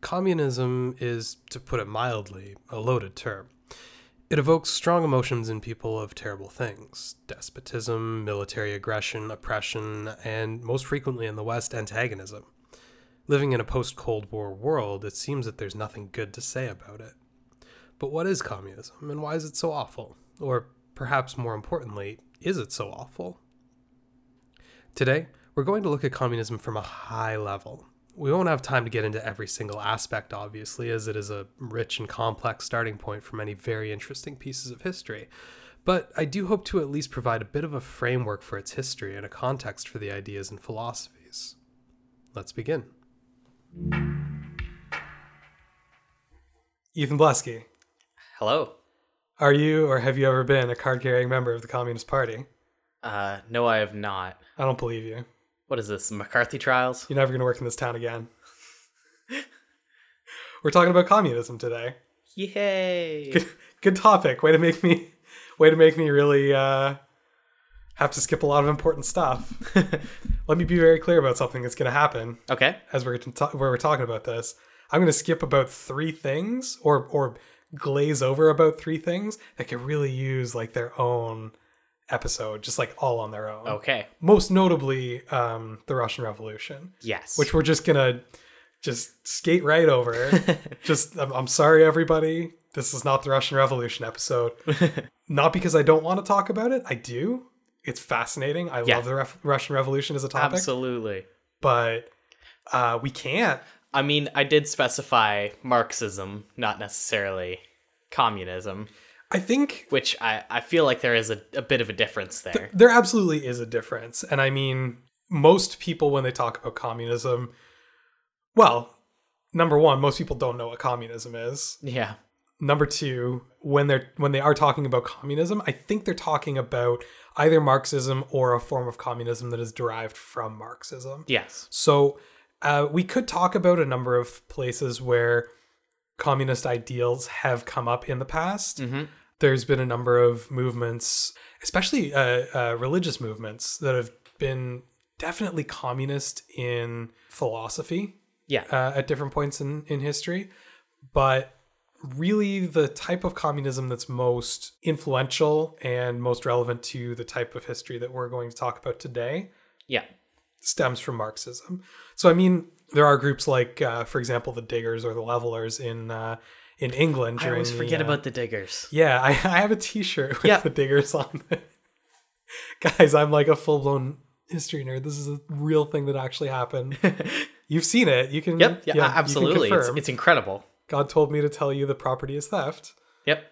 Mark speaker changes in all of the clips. Speaker 1: Communism is, to put it mildly, a loaded term. It evokes strong emotions in people of terrible things despotism, military aggression, oppression, and most frequently in the West, antagonism. Living in a post Cold War world, it seems that there's nothing good to say about it. But what is communism, and why is it so awful? Or perhaps more importantly, is it so awful? Today, we're going to look at communism from a high level. We won't have time to get into every single aspect, obviously, as it is a rich and complex starting point for many very interesting pieces of history. But I do hope to at least provide a bit of a framework for its history and a context for the ideas and philosophies. Let's begin.
Speaker 2: Ethan Blesky,
Speaker 3: Hello.
Speaker 2: are you or have you ever been a card carrying member of the Communist Party?
Speaker 3: Uh, no, I have not.
Speaker 2: I don't believe you.
Speaker 3: What is this? McCarthy trials?
Speaker 2: You're never going to work in this town again. We're talking about communism today.
Speaker 3: Yay!
Speaker 2: Good topic. Way to make me way to make me really uh have to skip a lot of important stuff. Let me be very clear about something that's going to happen
Speaker 3: okay.
Speaker 2: as we're to ta- where we're talking about this. I'm going to skip about 3 things or or glaze over about 3 things that could really use like their own episode just like all on their own.
Speaker 3: Okay.
Speaker 2: Most notably um the Russian Revolution
Speaker 3: Yes.
Speaker 2: which we're just gonna just skate right over. just I'm, I'm sorry, everybody. This is not the Russian Revolution episode. not because I don't want to talk about it. I do. It's fascinating. I
Speaker 3: Yeah.
Speaker 2: love the Ref- Russian Revolution as a topic,
Speaker 3: Absolutely.
Speaker 2: but uh, we can't.
Speaker 3: I mean, I did specify Marxism, not necessarily communism,
Speaker 2: I think
Speaker 3: which I, I feel like there is a, a bit of a difference there.
Speaker 2: there absolutely is a difference, and I mean, most people when they talk about communism, well, number one, most people don't know what communism is.
Speaker 3: yeah.
Speaker 2: number two when they're when they are talking about communism i think they're talking about either marxism or a form of communism that is derived from marxism
Speaker 3: Yes.
Speaker 2: so uh, we could talk about a number of places where communist ideals have come up in the past
Speaker 3: Mhm.
Speaker 2: there's been a number of movements especially uh, uh, religious movements that have been definitely communist in philosophy
Speaker 3: Yeah.
Speaker 2: uh, at different points in, in history. But really, the type of communism that's most influential and most relevant to the type of history that we're going to talk about today
Speaker 3: yeah.
Speaker 2: stems from Marxism. So, I mean, there are groups like, uh, for example, the Diggers or the Levelers in uh, in England.
Speaker 3: I
Speaker 2: during
Speaker 3: always
Speaker 2: the,
Speaker 3: forget
Speaker 2: uh,
Speaker 3: about the diggers.
Speaker 2: yeah, I, I have a T-shirt with
Speaker 3: Yeah.
Speaker 2: the diggers on. it. Guys, I'm like a full blown history nerd. This is a real thing that actually happened. You've seen it. You can.
Speaker 3: Yep. Yeah,
Speaker 2: you can
Speaker 3: absolutely. It's,
Speaker 2: confirm.
Speaker 3: it's incredible.
Speaker 2: God told me to tell you the property is theft.
Speaker 3: Yep.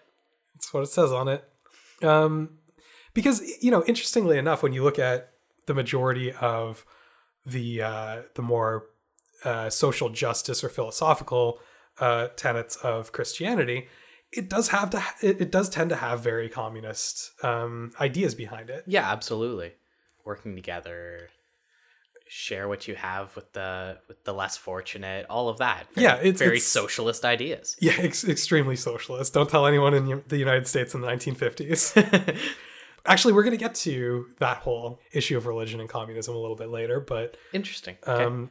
Speaker 2: That's what it says on it. Um, because you know, interestingly enough, when you look at the majority of the uh, the more uh, social justice or philosophical uh, tenets of Christianity, it does have to it, it does tend to have very communist um, ideas behind it.
Speaker 3: Yeah, absolutely. Working together, share what you have with the with the less fortunate, all of that. Very-
Speaker 2: Yeah, it's-
Speaker 3: very
Speaker 2: it's-
Speaker 3: socialist ideas.
Speaker 2: Yeah, ex- extremely socialist. Don't tell anyone in U- the United States in the 1950s. Actually, we're going to get to that whole issue of religion and communism a little bit later, but
Speaker 3: Interesting. Okay.
Speaker 2: um,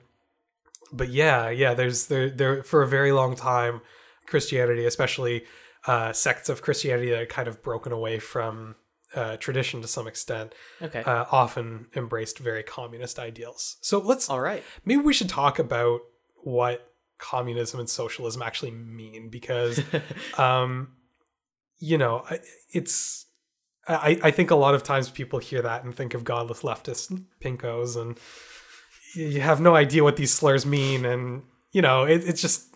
Speaker 2: but yeah, yeah, there's there there for a very long time, Christianity, especially uh, sects of Christianity that had kind of broken away from uh, tradition to some extent,
Speaker 3: Okay.
Speaker 2: uh, often embraced very communist ideals. So let's
Speaker 3: All right.
Speaker 2: maybe we should talk about what communism and socialism actually mean because um you know I- it's i i think a lot of times people hear that and think of godless leftist pinkos and you have no idea what these slurs mean and you know it, it's just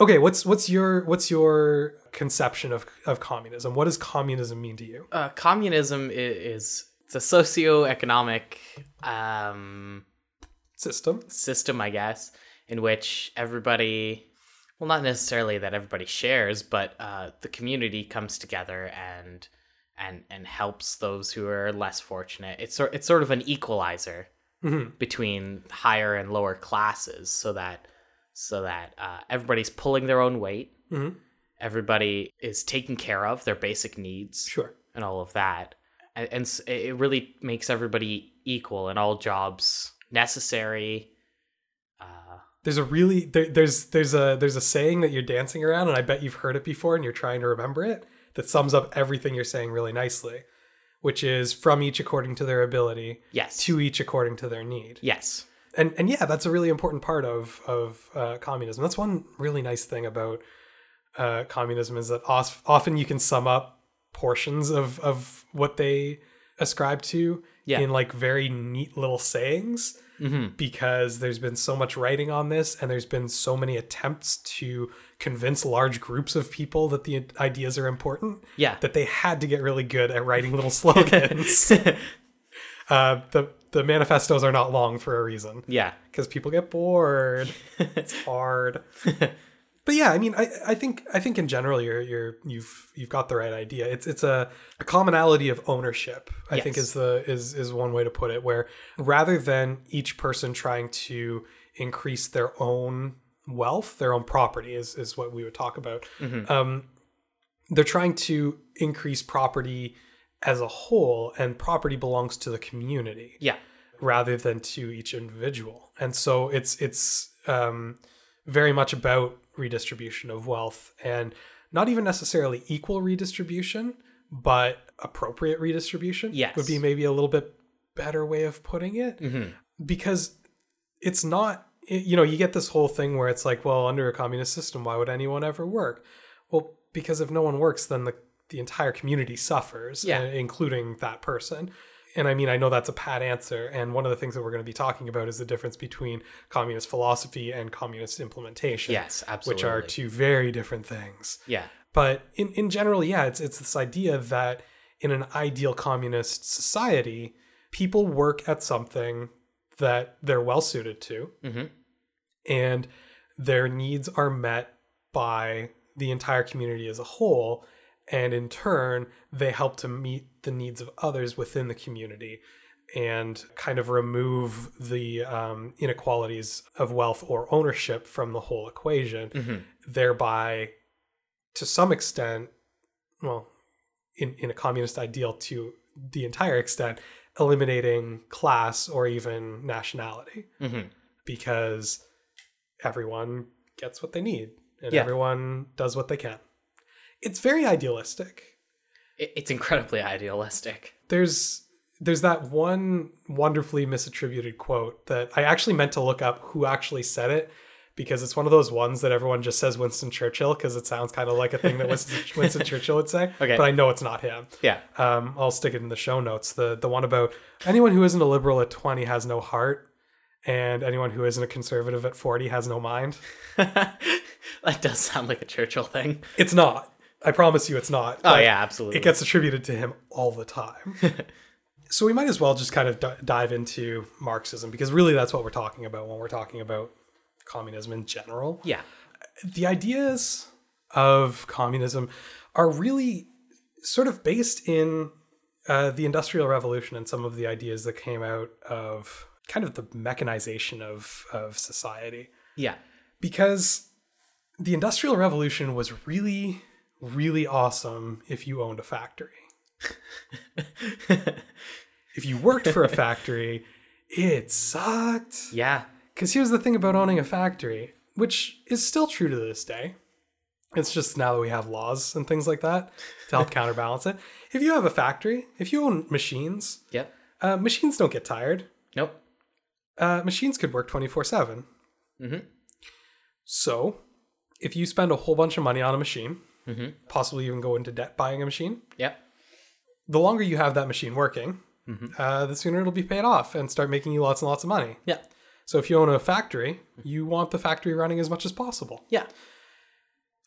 Speaker 2: okay what's what's your what's your conception of of communism what does communism mean to you
Speaker 3: uh, communism i- is, it's a socio-economic um,
Speaker 2: system
Speaker 3: system, I guess, in which everybody, well, not necessarily that everybody shares, but uh, the community comes together and and and helps those who are less fortunate. It's sort it's sort of an equalizer
Speaker 2: Mhm.
Speaker 3: between higher and lower classes, so that so that uh, everybody's pulling their own weight.
Speaker 2: Mhm.
Speaker 3: Everybody is taken care of their basic needs
Speaker 2: sure
Speaker 3: and all of that. And, and s- it it really makes everybody equal in all jobs necessary. Uh,
Speaker 2: There's a really there, there's there's a there's a saying that you're dancing around, and I bet you've heard it before, and you're trying to remember it. That sums up everything you're saying really nicely, which is from each according to their ability,
Speaker 3: yes.
Speaker 2: to each according to their need.
Speaker 3: yes.
Speaker 2: And and yeah, that's a really important part of of uh, communism. That's one really nice thing about uh, communism is that os- often you can sum up portions of of what they ascribe to
Speaker 3: Yeah.
Speaker 2: in like very neat little sayings
Speaker 3: Mm-hmm.
Speaker 2: because there's been so much writing on this and there's been so many attempts to convince large groups of people that the ideas are important
Speaker 3: Yeah.
Speaker 2: that they had to get really good at writing little slogans. uh, the the manifestos are not long for a reason
Speaker 3: yeah.
Speaker 2: because people get bored. it's hard. But yeah, I mean, I, I think I think in general you're you're you've you've got the right idea. It's it's a, a commonality of ownership. I think
Speaker 3: Yes.
Speaker 2: is the is is one way to put it. Where rather than each person trying to increase their own wealth, their own property is is what we would talk about. Um, they're trying to increase property as a whole, and property belongs to the community
Speaker 3: Yeah.
Speaker 2: rather than to each individual. And so it's it's um, very much about redistribution of wealth and not even necessarily equal redistribution, but appropriate redistribution
Speaker 3: Yes.
Speaker 2: would be maybe a little bit better way of putting it
Speaker 3: Mhm.
Speaker 2: because it's not it- you know you get this whole thing where it's like well under a communist system why would anyone ever work well because if no one works then the the entire community suffers
Speaker 3: Yeah.
Speaker 2: uh, including that person and i mean i know that's a pat answer and one of the things that we're going to be talking about is the difference between communist philosophy and communist implementation
Speaker 3: Yes. Absolutely.
Speaker 2: which are two very different things
Speaker 3: Yeah.
Speaker 2: but in, in general yeah it's it's this idea that in an ideal communist society people work at something that they're well suited to
Speaker 3: hmm
Speaker 2: and their needs are met by the entire community as a whole and in turn they help to meet the needs of others within the community and kind of remove the um, inequalities of wealth or ownership from the whole equation
Speaker 3: hmm
Speaker 2: thereby to some extent well in, in a communist ideal to the entire extent eliminating class or even nationality
Speaker 3: hmm
Speaker 2: because everyone gets what they need and
Speaker 3: Yeah.
Speaker 2: everyone does what they can it's very idealistic
Speaker 3: It, it's incredibly idealistic.
Speaker 2: there's there's that one wonderfully misattributed quote that I actually meant to look up who actually said it because it's one of those ones that everyone just says Winston Churchill because it sounds kind of like a thing that Winston, Winston Churchill would say.
Speaker 3: Okay.
Speaker 2: But I know it's not him.
Speaker 3: Yeah.
Speaker 2: Um, I'll stick it in the show notes. The the one about anyone who isn't a liberal at 20 has no heart and anyone who isn't a conservative at 40 has no mind.
Speaker 3: that does sound like a Churchill thing.
Speaker 2: It's not. I promise you it's not.
Speaker 3: Oh
Speaker 2: But
Speaker 3: yeah, absolutely.
Speaker 2: It gets attributed to him all the time. so we might as well just kind of d- dive into Marxism because really that's what we're talking about when we're talking about communism in general.
Speaker 3: yeah.
Speaker 2: The ideas of communism are really sort of based in uh, the Industrial Revolution and some of the ideas that came out of kind of the mechanization of, of society
Speaker 3: Yeah.
Speaker 2: because the industrial revolution was really really awesome if you owned a factory if you worked for a factory it sucked
Speaker 3: Yeah.
Speaker 2: because here's the thing about owning a factory which is still true to this day It's just now that we have laws and things like that to help counterbalance it. If you have a factory, if you own machines,
Speaker 3: Yep.
Speaker 2: uh, machines don't get tired.
Speaker 3: Nope.
Speaker 2: Uh, machines could work 24 7.
Speaker 3: Mhm.
Speaker 2: So, if you spend a whole bunch of money on a machine,
Speaker 3: Mhm.
Speaker 2: possibly even go into debt buying a machine,
Speaker 3: Yep.
Speaker 2: the longer you have that machine working, uh, the sooner it'll be paid off and start making you lots and lots of money.
Speaker 3: Yeah.
Speaker 2: So, if you own a factory, you want the factory running as much as possible.
Speaker 3: Yeah.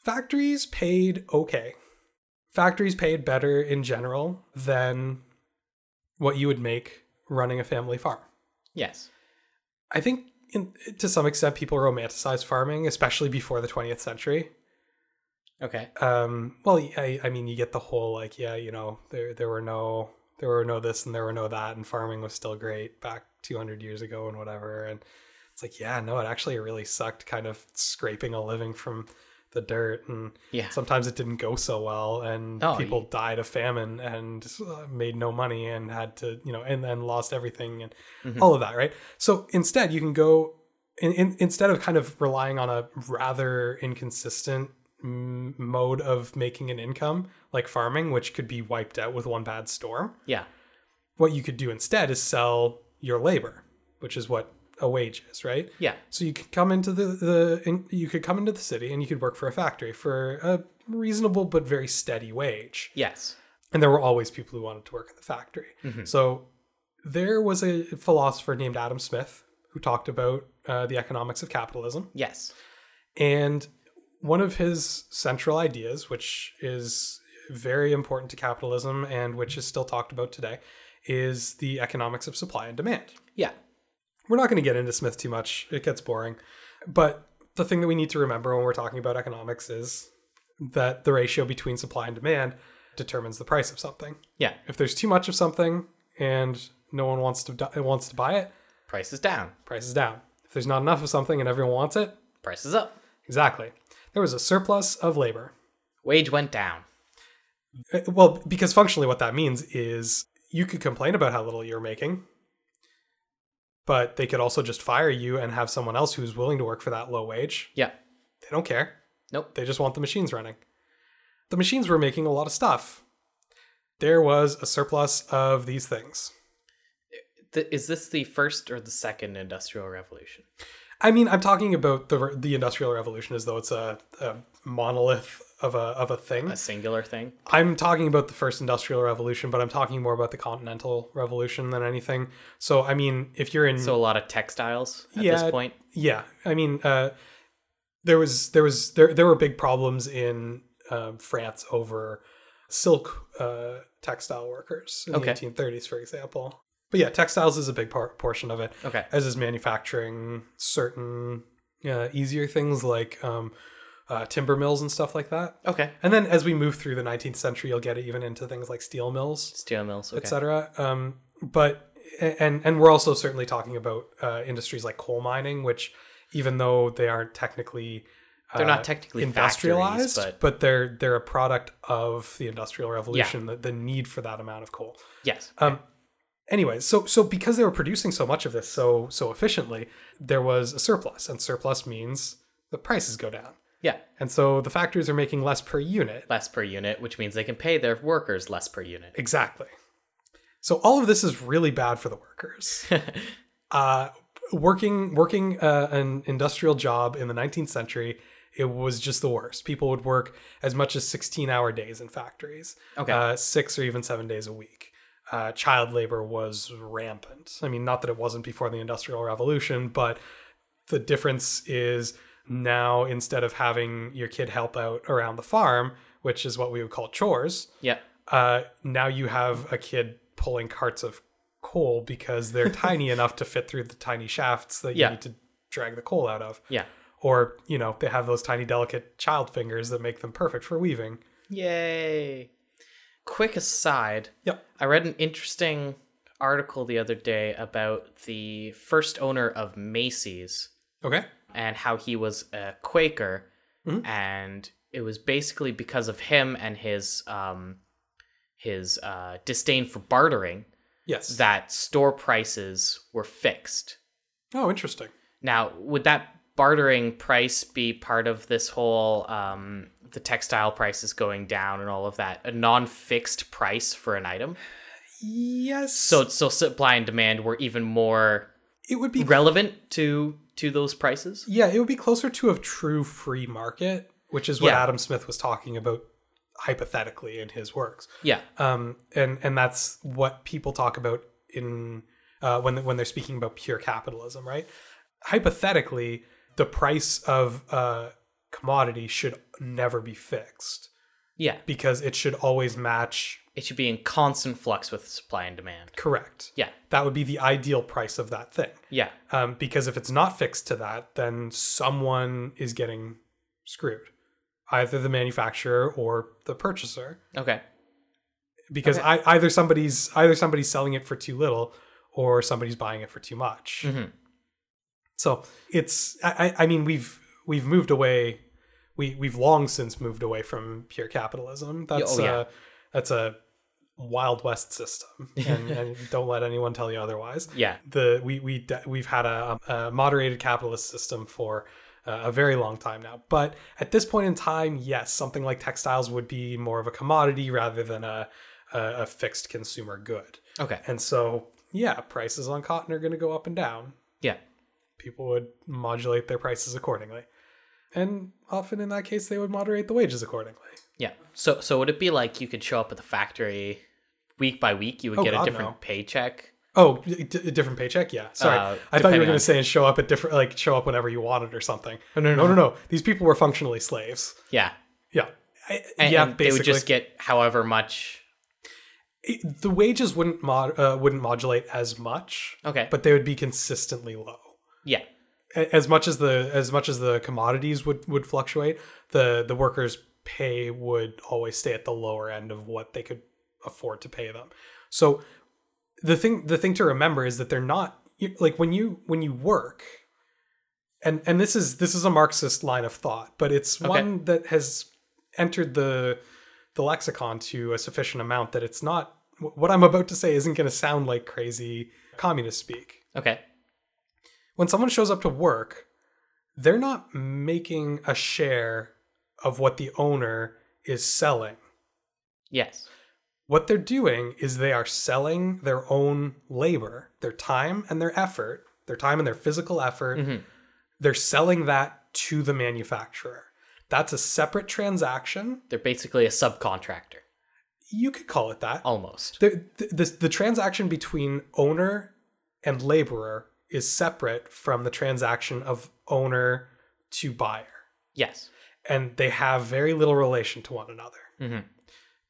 Speaker 2: factories paid okay. Factories paid better in general than what you would make running a family farm.
Speaker 3: Yes.
Speaker 2: I think in, to some extent people romanticize farming, especially before the 20th century.
Speaker 3: Okay.
Speaker 2: Um, well, I, I mean, you get the whole like, yeah, you know, there there were no there were no this and there were no that, and farming was still great back 200 years ago and whatever. And it's like, yeah, no, it actually really sucked, kind of scraping a living from the dirt and
Speaker 3: Yeah.
Speaker 2: sometimes it didn't go so well and
Speaker 3: Oh,
Speaker 2: people
Speaker 3: you-
Speaker 2: died of famine and uh, made no money and had to you know and then lost everything and
Speaker 3: Mhm.
Speaker 2: all of that right so instead you can go in, in, instead of kind of relying on a rather inconsistent mm, mode of making an income like farming which could be wiped out with one bad storm
Speaker 3: Yeah.
Speaker 2: what you could do instead is sell your labor which is what a wage is right
Speaker 3: Yeah.
Speaker 2: so you could come into the the in, you could come into the city and you could work for a factory for a reasonable but very steady wage.
Speaker 3: Yes.
Speaker 2: And there were always people who wanted to work in the factory. So there was a philosopher named Adam Smith who talked about uh, the economics of capitalism.
Speaker 3: Yes.
Speaker 2: And one of his central ideas, which is very important to capitalism and which is still talked about today, is the economics of supply and demand
Speaker 3: Yeah.
Speaker 2: we're not going to get into Smith too much. It gets boring. But the thing that we need to remember when we're talking about economics is that the ratio between supply and demand determines the price of something.
Speaker 3: Yeah.
Speaker 2: If there's too much of something and no one wants to di- wants to buy it,
Speaker 3: Price is down.
Speaker 2: price is down. If there's not enough of something and everyone wants it,
Speaker 3: Price is up.
Speaker 2: exactly. There was a surplus of labor.
Speaker 3: Wage went down.
Speaker 2: Uh, Well, because functionally what that means is you could complain about how little you're making, but they could also just fire you and have someone else who's willing to work for that low wage
Speaker 3: Yeah.
Speaker 2: They don't care.
Speaker 3: Nope.
Speaker 2: They just want the machines running. The machines were making a lot of stuff. There was a surplus of these things.
Speaker 3: Th- is this the first or the second industrial revolution?
Speaker 2: I mean, I'm talking about the the Industrial Revolution as though it's a, a monolith of a of a thing.
Speaker 3: A singular thing?
Speaker 2: I'm talking about the first Industrial Revolution, but I'm talking more about the Continental Revolution than anything. So, I mean, if you're in
Speaker 3: So a lot of textiles at
Speaker 2: Hmm. Yeah.
Speaker 3: this point.
Speaker 2: yeah i mean uh there was there was there there were big problems in um, france over silk uh textile workers in
Speaker 3: Okay.
Speaker 2: the 1830s for example but yeah textiles is a big part portion of it
Speaker 3: Okay.
Speaker 2: as is manufacturing certain uh, easier things like um uh, timber mills and stuff like that
Speaker 3: Okay.
Speaker 2: and then as we move through the 19th century you'll get it even into things like steel mills
Speaker 3: Steel mills. Okay.
Speaker 2: etc. Um, but and and we're also certainly talking about uh, industries like coal mining, which even though they aren't technically uh,
Speaker 3: They're not technically
Speaker 2: industrialized,
Speaker 3: factories, but-
Speaker 2: they're they're a product of the industrial revolution. The, the need for that amount of coal.
Speaker 3: Yes.
Speaker 2: Um, anyways, so so because they were producing so much of this so so efficiently, there was a surplus, and surplus means the prices go down,
Speaker 3: yeah.
Speaker 2: and so the factories are making less per unit.
Speaker 3: Less per unit, which means they can pay their workers less per unit.
Speaker 2: Exactly. So all of this is really bad for the workers. uh, working working uh, an industrial job in the 19th century, it was just the worst. People would work as much as 16 hour days in factories,
Speaker 3: Okay.
Speaker 2: uh, six or even seven days a week. Uh, child labor was rampant. I mean, not that it wasn't before the Industrial Revolution, but the difference is now instead of having your kid help out around the farm, which is what we would call chores,
Speaker 3: yeah.
Speaker 2: uh, now you have a kid pulling carts of coal because they're tiny enough to fit through the tiny shafts that you
Speaker 3: Yeah.
Speaker 2: need to drag the coal out of.
Speaker 3: Yeah.
Speaker 2: Or, you know, they have those tiny, delicate child fingers that make them perfect for weaving.
Speaker 3: Yay. Quick aside.
Speaker 2: Yep.
Speaker 3: I read an interesting article the other day about the first owner of Macy's
Speaker 2: Okay.
Speaker 3: and how he was a Quaker, and it was basically because of him and his um, his uh, disdain for bartering
Speaker 2: Yes.
Speaker 3: that store prices were fixed.
Speaker 2: oh, interesting.
Speaker 3: Now, would that bartering price be part of this whole um, the textile prices going down and all of that a non-fixed price for an item
Speaker 4: Yes.
Speaker 3: so so supply and demand were even more
Speaker 4: it would be
Speaker 3: relevant to to those prices
Speaker 2: Yeah, it would be closer to a true free market, which is what
Speaker 3: Yeah.
Speaker 2: Adam Smith was talking about hypothetically in his works.
Speaker 3: yeah
Speaker 2: Um, and and that's what people talk about in uh, when when they're speaking about pure capitalism, right? Hypothetically, the price of a commodity should never be fixed
Speaker 3: yeah
Speaker 2: because it should always match
Speaker 3: it should be in constant flux with supply and demand
Speaker 2: correct.
Speaker 3: yeah
Speaker 2: That would be the ideal price of that thing.
Speaker 3: yeah
Speaker 2: um, because if it's not fixed to that, then someone is getting screwed, either the manufacturer or the purchaser,
Speaker 3: okay
Speaker 2: because I, either somebody's either somebody's selling it for too little or somebody's buying it for too much.
Speaker 3: Mhm.
Speaker 2: So it's I, I I mean we've we've moved away. We, we've long since moved away from pure capitalism. That's
Speaker 3: oh, yeah.
Speaker 2: a, that's a wild west system, and, and don't let anyone tell you otherwise
Speaker 3: yeah
Speaker 2: the we we de- we've had a, um, a moderated capitalist system for uh, a very long time now. But at this point in time, yes, something like textiles would be more of a commodity rather than a a, a fixed consumer good.
Speaker 3: okay
Speaker 2: And so, yeah, prices on cotton are going to go up and down.
Speaker 3: yeah
Speaker 2: People would modulate their prices accordingly, and often in that case, they would moderate the wages accordingly.
Speaker 3: yeah so so would it be like you could show up at the factory week by week you would
Speaker 2: Oh,
Speaker 3: get
Speaker 2: God,
Speaker 3: a different
Speaker 2: no.
Speaker 3: paycheck
Speaker 2: Oh, d- d- a different paycheck? Yeah. Sorry.
Speaker 3: Uh,
Speaker 2: I thought you were
Speaker 3: depending
Speaker 2: going
Speaker 3: on- Oh,
Speaker 2: to say and show up at different, like show up whenever you wanted or something. No, no, no, no. These people were functionally slaves.
Speaker 3: yeah
Speaker 2: Yeah. I,
Speaker 3: and,
Speaker 2: yeah,
Speaker 3: and
Speaker 2: basically.
Speaker 3: they would just get however much
Speaker 2: It- the wages wouldn't mod, uh, wouldn't modulate as much,
Speaker 3: okay
Speaker 2: but they would be consistently low.
Speaker 3: yeah
Speaker 2: A- As much as the as much as the commodities would would fluctuate, the the workers' pay would always stay at the lower end of what they could afford to pay them. So the thing the thing to remember is that they're not you- like when you when you work and and this is this is a marxist line of thought but it's
Speaker 3: Okay.
Speaker 2: one that has entered the the lexicon to a sufficient amount that it's not wh- what i'm about to say isn't going to sound like crazy communist speak
Speaker 3: okay
Speaker 2: when someone shows up to work they're not making a share of what the owner is selling
Speaker 3: yes
Speaker 2: what they're doing is they are selling their own labor, their time and their effort, their time and their physical effort.
Speaker 3: Mhm.
Speaker 2: They're selling that to the manufacturer. That's a separate transaction.
Speaker 3: they're basically a subcontractor
Speaker 2: You could call it that.
Speaker 3: almost
Speaker 2: The, the, the, the transaction between owner and laborer is separate from the transaction of owner to buyer.
Speaker 3: yes
Speaker 2: And they have very little relation to one another.
Speaker 3: hmm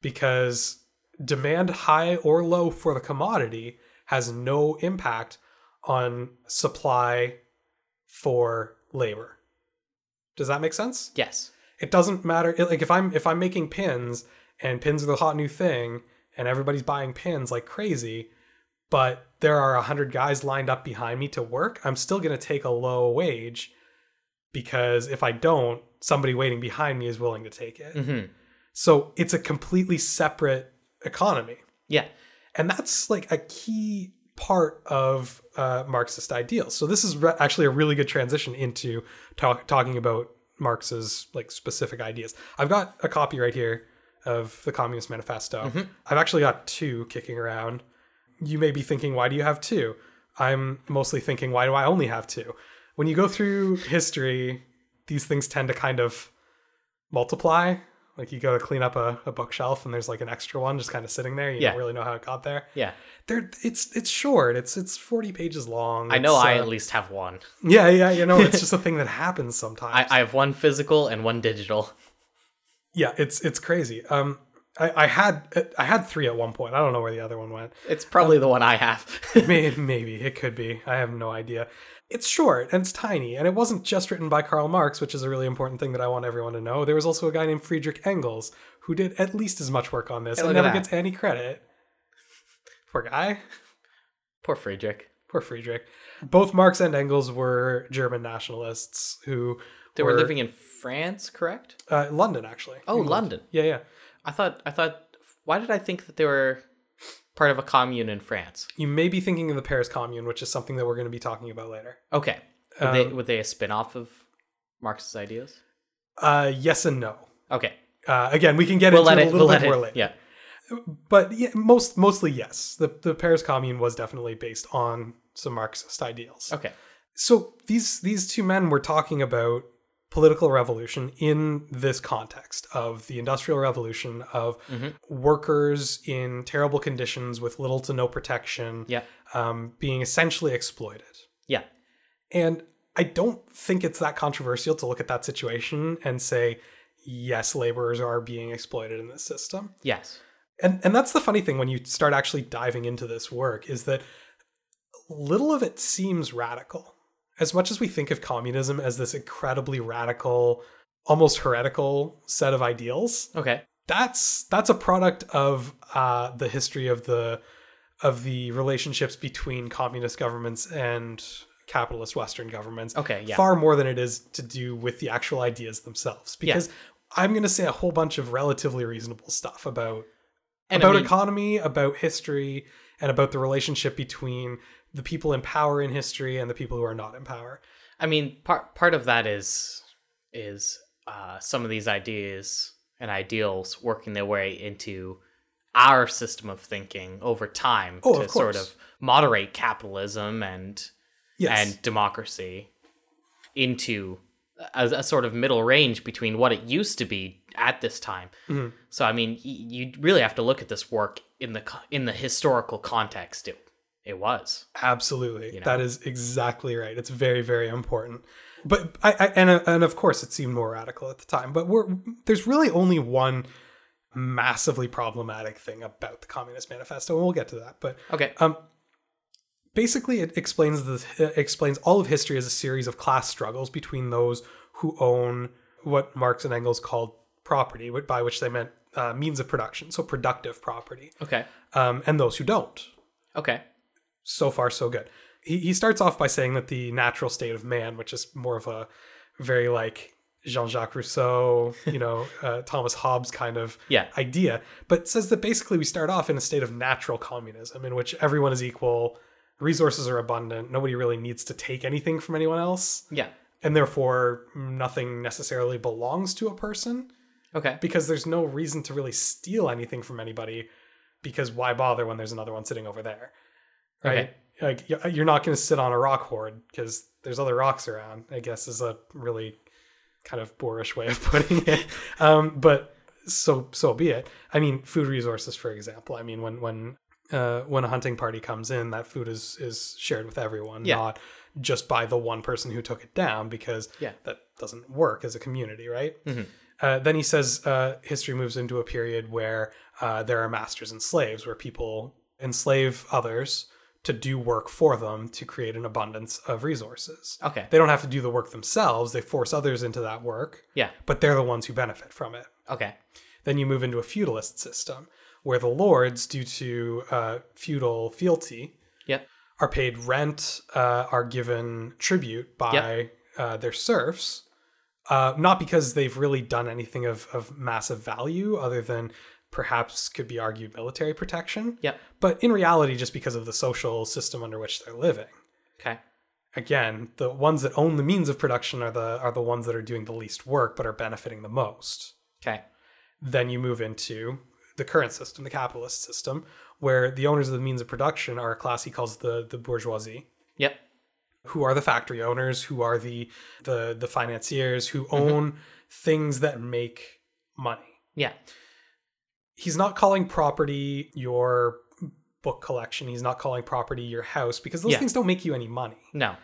Speaker 2: because demand high or low for the commodity has no impact on supply for labor. Does that make sense?
Speaker 3: yes
Speaker 2: It doesn't matter it- like if I'm if I'm making pins and pins are the hot new thing and everybody's buying pins like crazy, but there are a hundred guys lined up behind me to work, I'm still gonna take a low wage because if I don't, somebody waiting behind me is willing to take it.
Speaker 3: hmm
Speaker 2: So it's a completely separate economy.
Speaker 3: yeah
Speaker 2: And that's like a key part of uh, Marxist ideals. So this is re- actually a really good transition into talk- talking about Marx's like specific ideas. I've got a copy right here of the Communist Manifesto. I've actually got two kicking around. You may be thinking, why do you have two? I'm mostly thinking, why do I only have two? When you go through history, these things tend to kind of multiply. Like you go to clean up a, a bookshelf and there's like an extra one just kind of sitting there. You
Speaker 3: Yeah.
Speaker 2: don't really know how it got there
Speaker 3: yeah
Speaker 2: they're it's it's short. It's it's forty pages long.
Speaker 3: i know
Speaker 2: It's,
Speaker 3: i
Speaker 2: uh,
Speaker 3: at least have one
Speaker 2: yeah yeah you know it's just a thing that happens sometimes.
Speaker 3: I, I have one physical and one digital
Speaker 2: yeah, it's it's crazy. Um, I, I had I had three at one point. I don't know where the other one went.
Speaker 3: it's probably
Speaker 2: Oh.
Speaker 3: the one i have
Speaker 2: Maybe, maybe it could be. I have no idea. It's short and it's tiny, and it wasn't just written by Karl Marx, which is a really important thing that I want everyone to know. There was also a guy named Friedrich Engels who did at least as much work on this
Speaker 3: Hey,
Speaker 2: and
Speaker 3: look at
Speaker 2: never
Speaker 3: that.
Speaker 2: gets any credit. Poor guy.
Speaker 3: poor friedrich
Speaker 2: Poor Friedrich. Both Marx and Engels were German nationalists who
Speaker 3: they were living in france correct
Speaker 2: uh, London, actually.
Speaker 3: oh london
Speaker 2: Yeah, yeah.
Speaker 3: i thought i thought why did i think that they were part of a commune in france
Speaker 2: You may be thinking of the Paris Commune, which is something that we're going to be talking about later.
Speaker 3: okay Were, they,
Speaker 2: Um,
Speaker 3: were they a spin off of Marx's ideas?
Speaker 2: Uh, yes and no.
Speaker 3: Okay.
Speaker 2: Uh, again, we can get
Speaker 3: We'll
Speaker 2: into
Speaker 3: let
Speaker 2: it a
Speaker 3: it.
Speaker 2: little
Speaker 3: We'll
Speaker 2: bit
Speaker 3: let
Speaker 2: more
Speaker 3: it.
Speaker 2: later.
Speaker 3: Yeah.
Speaker 2: But yeah, most mostly yes. The the Paris Commune was definitely based on some Marxist ideals.
Speaker 3: Okay.
Speaker 2: so these these two men were talking about political revolution in this context of the industrial revolution of workers in terrible conditions with little to no protection
Speaker 3: Yeah.
Speaker 2: um, being essentially exploited
Speaker 3: Yeah.
Speaker 2: and i don't think it's that controversial to look at that situation and say yes laborers are being exploited in this system
Speaker 3: Yes.
Speaker 2: and and that's the funny thing when you start actually diving into this work is that little of it seems radical as much as we think of communism as this incredibly radical almost heretical set of ideals
Speaker 3: Okay.
Speaker 2: that's that's a product of uh, the history of the of the relationships between communist governments and capitalist Western governments.
Speaker 3: Okay, yeah.
Speaker 2: Far more than it is to do with the actual ideas themselves, because I'm going to say a whole bunch of relatively reasonable stuff about
Speaker 3: And I
Speaker 2: about
Speaker 3: mean-
Speaker 2: economy, about history, and about the relationship between the people in power in history and the people who are not in power.
Speaker 3: I mean, part part of that is is uh, some of these ideas and ideals working their way into our system of thinking over time
Speaker 2: Oh,
Speaker 3: to
Speaker 2: of
Speaker 3: sort
Speaker 2: course.
Speaker 3: of moderate capitalism and
Speaker 2: Yes.
Speaker 3: and democracy into a, a sort of middle range between what it used to be at this time. So I mean, y- you really have to look at this work in the co- in the historical context it it was.
Speaker 2: Absolutely.
Speaker 3: know?
Speaker 2: That is exactly right. It's very, very important. But I, I and, uh, and of course it seemed more radical at the time, but we're, there's really only one massively problematic thing about the Communist Manifesto, and we'll get to that. But
Speaker 3: Okay.
Speaker 2: um, basically, it explains the it explains all of history as a series of class struggles between those who own what Marx and Engels called property, wh- by which they meant uh, means of production, so productive property,
Speaker 3: okay.
Speaker 2: um, and those who don't
Speaker 3: Okay.
Speaker 2: so far so good. He he starts off by saying that the natural state of man, which is more of a very like Jean-Jacques Rousseau, you know, uh, Thomas Hobbes kind of
Speaker 3: Yeah.
Speaker 2: idea, but says that basically we start off in a state of natural communism in which everyone is equal, resources are abundant, nobody really needs to take anything from anyone else,
Speaker 3: Yeah.
Speaker 2: and therefore nothing necessarily belongs to a person
Speaker 3: Okay.
Speaker 2: because there's no reason to really steal anything from anybody because why bother when there's another one sitting over there right like y- you're not going to sit on a rock hoard because there's other rocks around i guess is a really kind of boorish way of putting it um, but so so be it i mean food resources for example i mean when when uh, when a hunting party comes in that food is is shared with everyone
Speaker 3: Yeah.
Speaker 2: not just by the one person who took it down because
Speaker 3: Yeah. Mm-hmm.
Speaker 2: that doesn't work as a community right uh, then he says uh, history moves into a period where uh, there are masters and slaves, where people enslave others to do work for them to create an abundance of resources.
Speaker 3: Okay.
Speaker 2: They don't have to do the work themselves, they force others into that work,
Speaker 3: Yeah.
Speaker 2: but they're the ones who benefit from it.
Speaker 3: Okay.
Speaker 2: Then you move into a feudalist system where the lords, due to uh, feudal fealty,
Speaker 3: Yep.
Speaker 2: are paid rent, uh, are given tribute by
Speaker 3: Yep.
Speaker 2: uh, their serfs, uh, not because they've really done anything of, of massive value other than perhaps could be argued military protection,
Speaker 3: Yep.
Speaker 2: but in reality, just because of the social system under which they're living.
Speaker 3: Okay.
Speaker 2: Again, the ones that own the means of production are the are the ones that are doing the least work but are benefiting the most
Speaker 3: Okay.
Speaker 2: then you move into the current system, the capitalist system, where the owners of the means of production are a class he calls the the bourgeoisie,
Speaker 3: Yep.
Speaker 2: who are the factory owners, who are the the the financiers, who own things that make money.
Speaker 3: Yeah.
Speaker 2: He's not calling property your book collection. He's not calling property your house because those
Speaker 3: Yeah.
Speaker 2: things don't make you any money.
Speaker 3: No.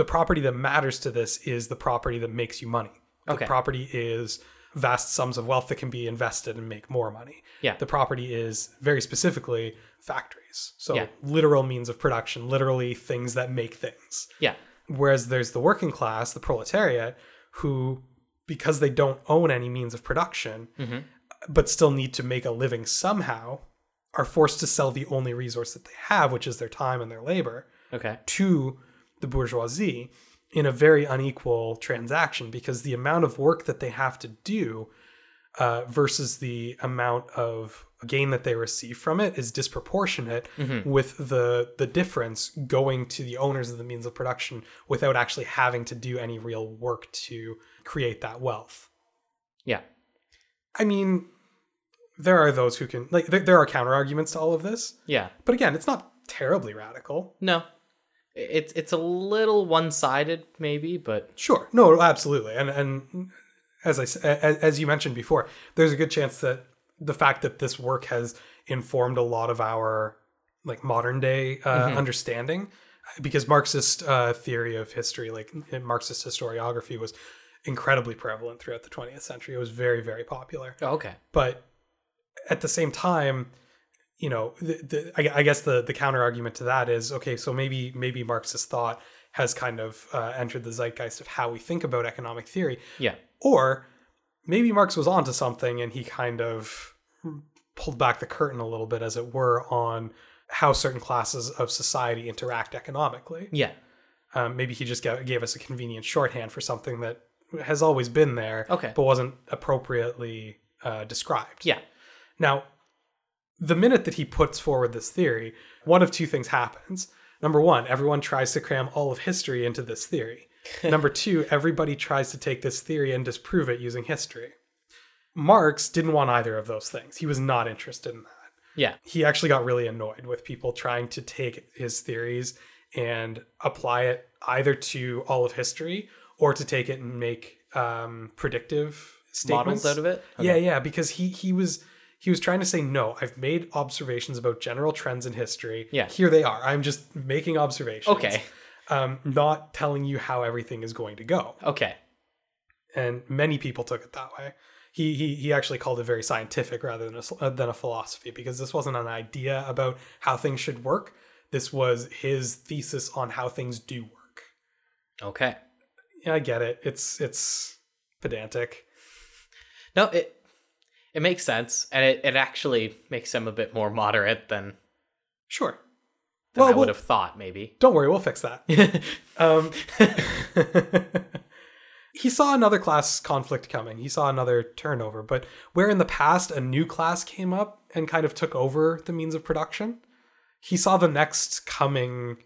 Speaker 2: The property that matters to this is the property that makes you money. The
Speaker 3: Okay.
Speaker 2: property is vast sums of wealth that can be invested and make more money
Speaker 3: Yeah.
Speaker 2: the property is very specifically factories. So
Speaker 3: Yeah.
Speaker 2: literal means of production, literally things that make things.
Speaker 3: yeah.
Speaker 2: Whereas there's the working class, the proletariat, who, because they don't own any means of production,
Speaker 3: Mm-hmm.
Speaker 2: but still need to make a living somehow, are forced to sell the only resource that they have, which is their time and their labor,
Speaker 3: Okay.
Speaker 2: to the bourgeoisie in a very unequal transaction because the amount of work that they have to do uh, versus the amount of gain that they receive from it is disproportionate with the the difference going to the owners of the means of production without actually having to do any real work to create that wealth.
Speaker 3: Yeah.
Speaker 2: I mean, there are those who can like there, there are counter arguments to all of this,
Speaker 3: Yeah.
Speaker 2: but again, it's not terribly radical.
Speaker 3: No. I- It's it's a little one-sided maybe, but
Speaker 2: Sure. No, absolutely. And and as I s- a- as you mentioned before, there's a good chance that the fact that this work has informed a lot of our like modern day uh, understanding, because Marxist uh, theory of history, like uh, Marxist historiography, was incredibly prevalent throughout the 20th century. It was very very popular.
Speaker 3: oh, okay.
Speaker 2: but at the same time you know the, the, I, I guess the, the counter argument to that is okay so maybe maybe marxist thought has kind of uh, entered the zeitgeist of how we think about economic theory
Speaker 3: Yeah.
Speaker 2: or maybe marx was onto something and he kind of pulled back the curtain a little bit as it were on how certain classes of society interact economically
Speaker 3: Yeah.
Speaker 2: um, maybe he just ga- gave us a convenient shorthand for something that has always been there
Speaker 3: Okay.
Speaker 2: but wasn't appropriately uh, described
Speaker 3: Yeah.
Speaker 2: now, the minute that he puts forward this theory, one of two things happens. Number one, everyone tries to cram all of history into this theory. Number two, everybody tries to take this theory and disprove it using history. Marx didn't want either of those things. He was not interested in that.
Speaker 3: Yeah.
Speaker 2: He actually got really annoyed with people trying to take his theories and apply it either to all of history or to take it and make um, predictive statements
Speaker 3: Models out of it?
Speaker 2: yeah, yeah, because he he was he was trying to say no. I've made observations about general trends in history.
Speaker 3: Yeah.
Speaker 2: here they are. I'm just making observations.
Speaker 3: Okay.
Speaker 2: um, not telling you how everything is going to go.
Speaker 3: Okay.
Speaker 2: And many people took it that way. He he he actually called it very scientific rather than a, s- uh, than a philosophy because this wasn't an idea about how things should work. This was his thesis on how things do work.
Speaker 3: Okay.
Speaker 2: Yeah, I get it. It's it's pedantic.
Speaker 3: No, it it makes sense, and it, it actually makes him a bit more moderate than,
Speaker 2: Sure.
Speaker 3: than
Speaker 2: Well,
Speaker 3: I would
Speaker 2: well-
Speaker 3: have thought. Maybe.
Speaker 2: Don't worry, we'll fix that. um, he saw another class conflict coming. He saw another turnover, but where in the past a new class came up and kind of took over the means of production, he saw the next coming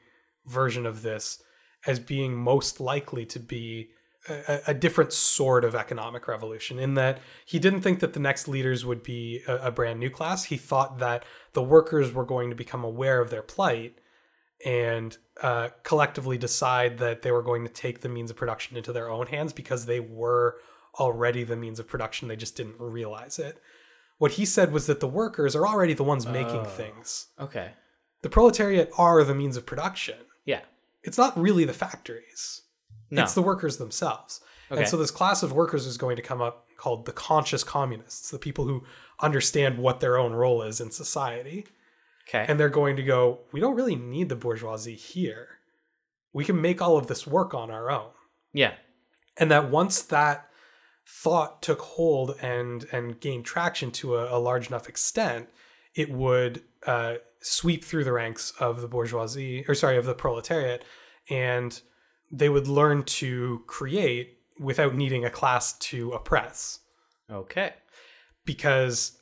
Speaker 2: version of this as being most likely to be a, a different sort of economic revolution in that he didn't think that the next leaders would be a, a brand new class. He thought that the workers were going to become aware of their plight and uh, collectively decide that they were going to take the means of production into their own hands because they were already the means of production. They just didn't realize it. What he said was that the workers are already the ones making things.
Speaker 3: Okay.
Speaker 2: The proletariat are the means of production.
Speaker 3: Yeah.
Speaker 2: It's not really the factories,
Speaker 3: No.
Speaker 2: it's the workers themselves.
Speaker 3: Okay.
Speaker 2: And so this class of workers is going to come up called the conscious communists, the people who understand what their own role is in society
Speaker 3: okay.
Speaker 2: and they're going to go, we don't really need the bourgeoisie here. We can make all of this work on our own.
Speaker 3: yeah.
Speaker 2: And that once that thought took hold and and gained traction to a, a large enough extent, it would uh, sweep through the ranks of the bourgeoisie, or sorry, of the proletariat, and they would learn to create without needing a class to oppress
Speaker 3: Okay.
Speaker 2: because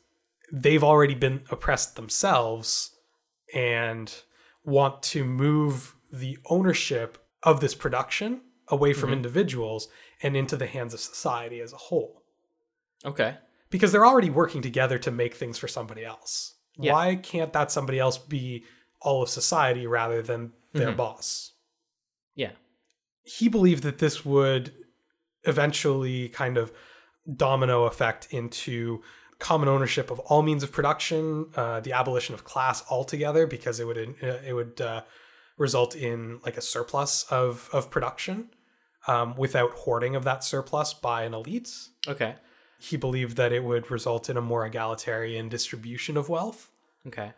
Speaker 2: they've already been oppressed themselves and want to move the ownership of this production away from individuals and into the hands of society as a whole
Speaker 3: Okay.
Speaker 2: because they're already working together to make things for somebody else.
Speaker 3: Yeah.
Speaker 2: Why can't that somebody else be all of society rather than their boss?
Speaker 3: Mm-hmm. Yeah.
Speaker 2: he believed that this would eventually kind of domino effect into common ownership of all means of production, uh, the abolition of class altogether, because it would uh, it would uh, result in like a surplus of of production um, without hoarding of that surplus by an elite.
Speaker 3: Okay.
Speaker 2: He believed that it would result in a more egalitarian distribution of wealth
Speaker 3: Okay.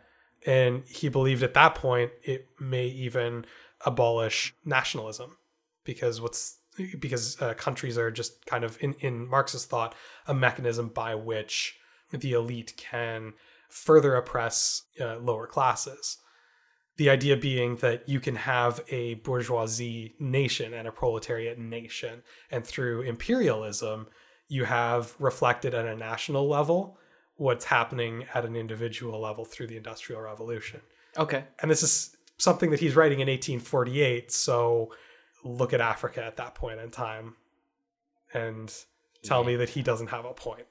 Speaker 2: and he believed at that point it may even abolish nationalism because what's because uh, countries are just kind of in in Marxist thought a mechanism by which the elite can further oppress uh, lower classes. The idea being that you can have a bourgeoisie nation and a proletariat nation, and through imperialism, you have reflected at a national level what's happening at an individual level through the Industrial Revolution.
Speaker 3: Okay.
Speaker 2: And this is something that he's writing in 1848. So look at Africa at that point in time and tell me that he doesn't have a point.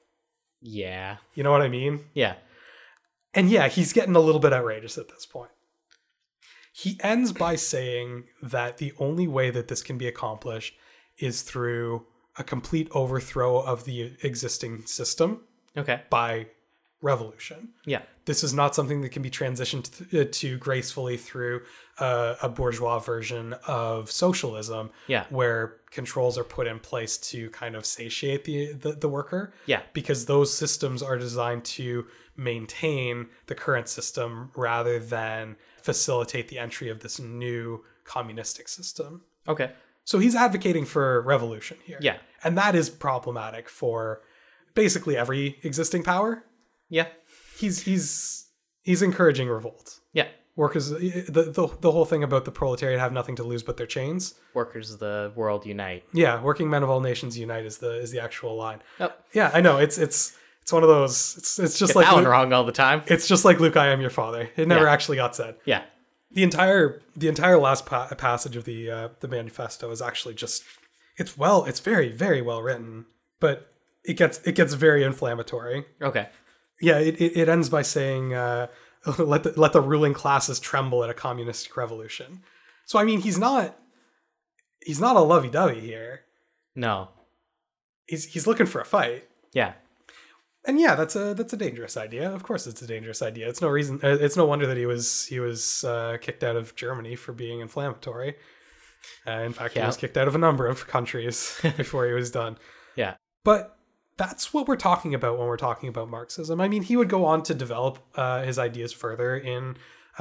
Speaker 3: Yeah.
Speaker 2: You know what I mean?
Speaker 3: Yeah.
Speaker 2: And yeah, he's getting a little bit outrageous at this point. He ends by saying that the only way that this can be accomplished is through a complete overthrow of the existing system
Speaker 3: Okay.
Speaker 2: by revolution.
Speaker 3: Yeah.
Speaker 2: This is not something that can be transitioned th- uh, to gracefully through uh, a bourgeois version of socialism
Speaker 3: Yeah.
Speaker 2: where controls are put in place to kind of satiate the, the, the worker
Speaker 3: Yeah.
Speaker 2: because those systems are designed to maintain the current system rather than facilitate the entry of this new communistic system.
Speaker 3: Okay.
Speaker 2: So he's advocating for revolution here.
Speaker 3: Yeah.
Speaker 2: And that is problematic for basically every existing power.
Speaker 3: Yeah.
Speaker 2: He's he's he's encouraging revolt.
Speaker 3: Yeah.
Speaker 2: Workers the, the the whole thing about the proletariat have nothing to lose but their chains.
Speaker 3: Workers of the world unite.
Speaker 2: Yeah, working men of all nations unite is the is the actual line.
Speaker 3: Oh,
Speaker 2: Yeah, I know. It's it's it's one of those it's it's just
Speaker 3: get
Speaker 2: like
Speaker 3: that one
Speaker 2: Luke-
Speaker 3: wrong all the time.
Speaker 2: it's just like Luke, I am your father. It never
Speaker 3: Yeah.
Speaker 2: actually got said.
Speaker 3: Yeah.
Speaker 2: The entire the entire last pa- passage of the uh, the manifesto is actually just it's well it's very very well written, but it gets it gets very inflammatory.
Speaker 3: Okay.
Speaker 2: Yeah, it, it, it ends by saying uh, let the, let the ruling classes tremble at a communist revolution. So I mean, he's not he's not a lovey dovey here.
Speaker 3: No.
Speaker 2: He's he's looking for a fight.
Speaker 3: Yeah.
Speaker 2: and yeah that's a that's a dangerous idea of course it's a dangerous idea it's no reason uh, it's no wonder that he was he was uh, kicked out of germany for being inflammatory uh, in fact he
Speaker 3: Yeah.
Speaker 2: was kicked out of a number of countries before he was done
Speaker 3: Yeah.
Speaker 2: but that's what we're talking about when we're talking about marxism i mean he would go on to develop uh, his ideas further in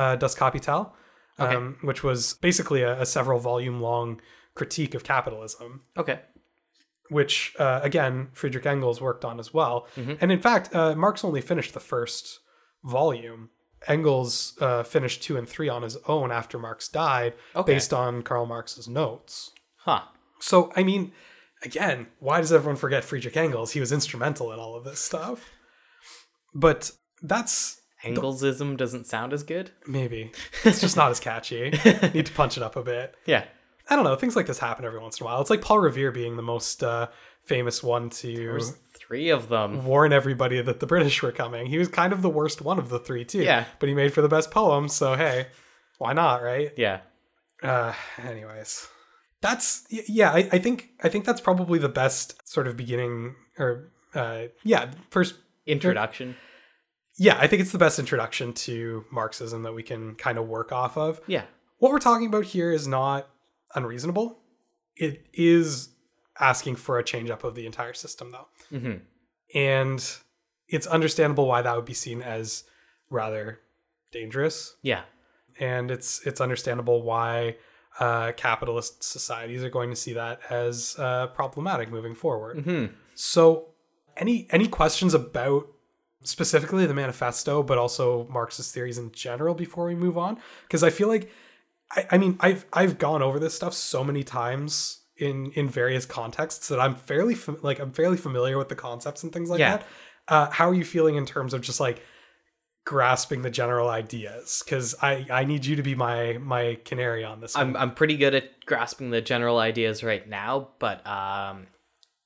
Speaker 2: uh, das kapital um, which was basically a, a several volume long critique of capitalism
Speaker 3: Okay.
Speaker 2: which uh, again Friedrich Engels worked on as well. And in fact, uh, Marx only finished the first volume. Engels uh, finished two and three on his own after Marx died,
Speaker 3: Okay.
Speaker 2: based on Karl Marx's notes.
Speaker 3: Huh.
Speaker 2: So, I mean, again, why does everyone forget Friedrich Engels? He was instrumental in all of this stuff. But that's
Speaker 3: Angelsism doesn't sound as good.
Speaker 2: maybe it's just not as catchy. Need to punch it up a bit.
Speaker 3: Yeah.
Speaker 2: I don't know. Things like this happen every once in a while. It's like Paul Revere being the most uh, famous one to
Speaker 3: There's three of them.
Speaker 2: warn everybody that the British were coming. He was kind of the worst one of the three, too.
Speaker 3: Yeah.
Speaker 2: But he made for the best poem, so hey, why not, right?
Speaker 3: Yeah.
Speaker 2: Uh, anyways, that's y- yeah. I, I think I think that's probably the best sort of beginning or uh, yeah first
Speaker 3: Introduction.
Speaker 2: yeah. I think it's the best introduction to Marxism that we can kind of work off of.
Speaker 3: Yeah.
Speaker 2: What we're talking about here is not unreasonable. It is asking for a change up of the entire system, though
Speaker 3: Mm-hmm.
Speaker 2: and it's understandable why that would be seen as rather dangerous
Speaker 3: Yeah.
Speaker 2: and it's it's understandable why uh, capitalist societies are going to see that as uh, problematic moving forward
Speaker 3: Mm-hmm.
Speaker 2: so any any questions about specifically the manifesto but also marxist theories in general before we move on because i feel like I, I mean i've i've gone over this stuff so many times in in various contexts that i'm fairly fam- like i'm fairly familiar with the concepts and things like
Speaker 3: Yeah.
Speaker 2: that uh how are you feeling in terms of just like grasping the general ideas because i i need you to be my my canary on this
Speaker 3: I'm
Speaker 2: one.
Speaker 3: I'm pretty good at grasping the general ideas right now, but um,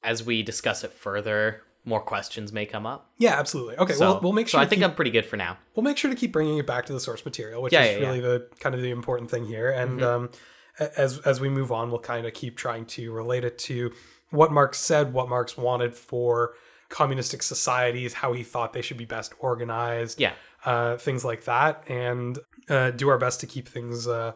Speaker 3: as we discuss it further, more questions may come up.
Speaker 2: yeah absolutely okay
Speaker 3: so,
Speaker 2: well we'll make
Speaker 3: so
Speaker 2: sure
Speaker 3: I
Speaker 2: to
Speaker 3: think
Speaker 2: keep-
Speaker 3: I'm pretty good for now.
Speaker 2: we'll make sure to keep bringing it back to the source material, which
Speaker 3: Yeah,
Speaker 2: is
Speaker 3: yeah, Mm-hmm.
Speaker 2: really the kind of the important thing here. And um, a- as as we move on, we'll kind of keep trying to relate it to what Marx said, what Marx wanted for communistic societies, how he thought they should be best organized,
Speaker 3: Yeah.
Speaker 2: uh, things like that, and uh, do our best to keep things. Uh,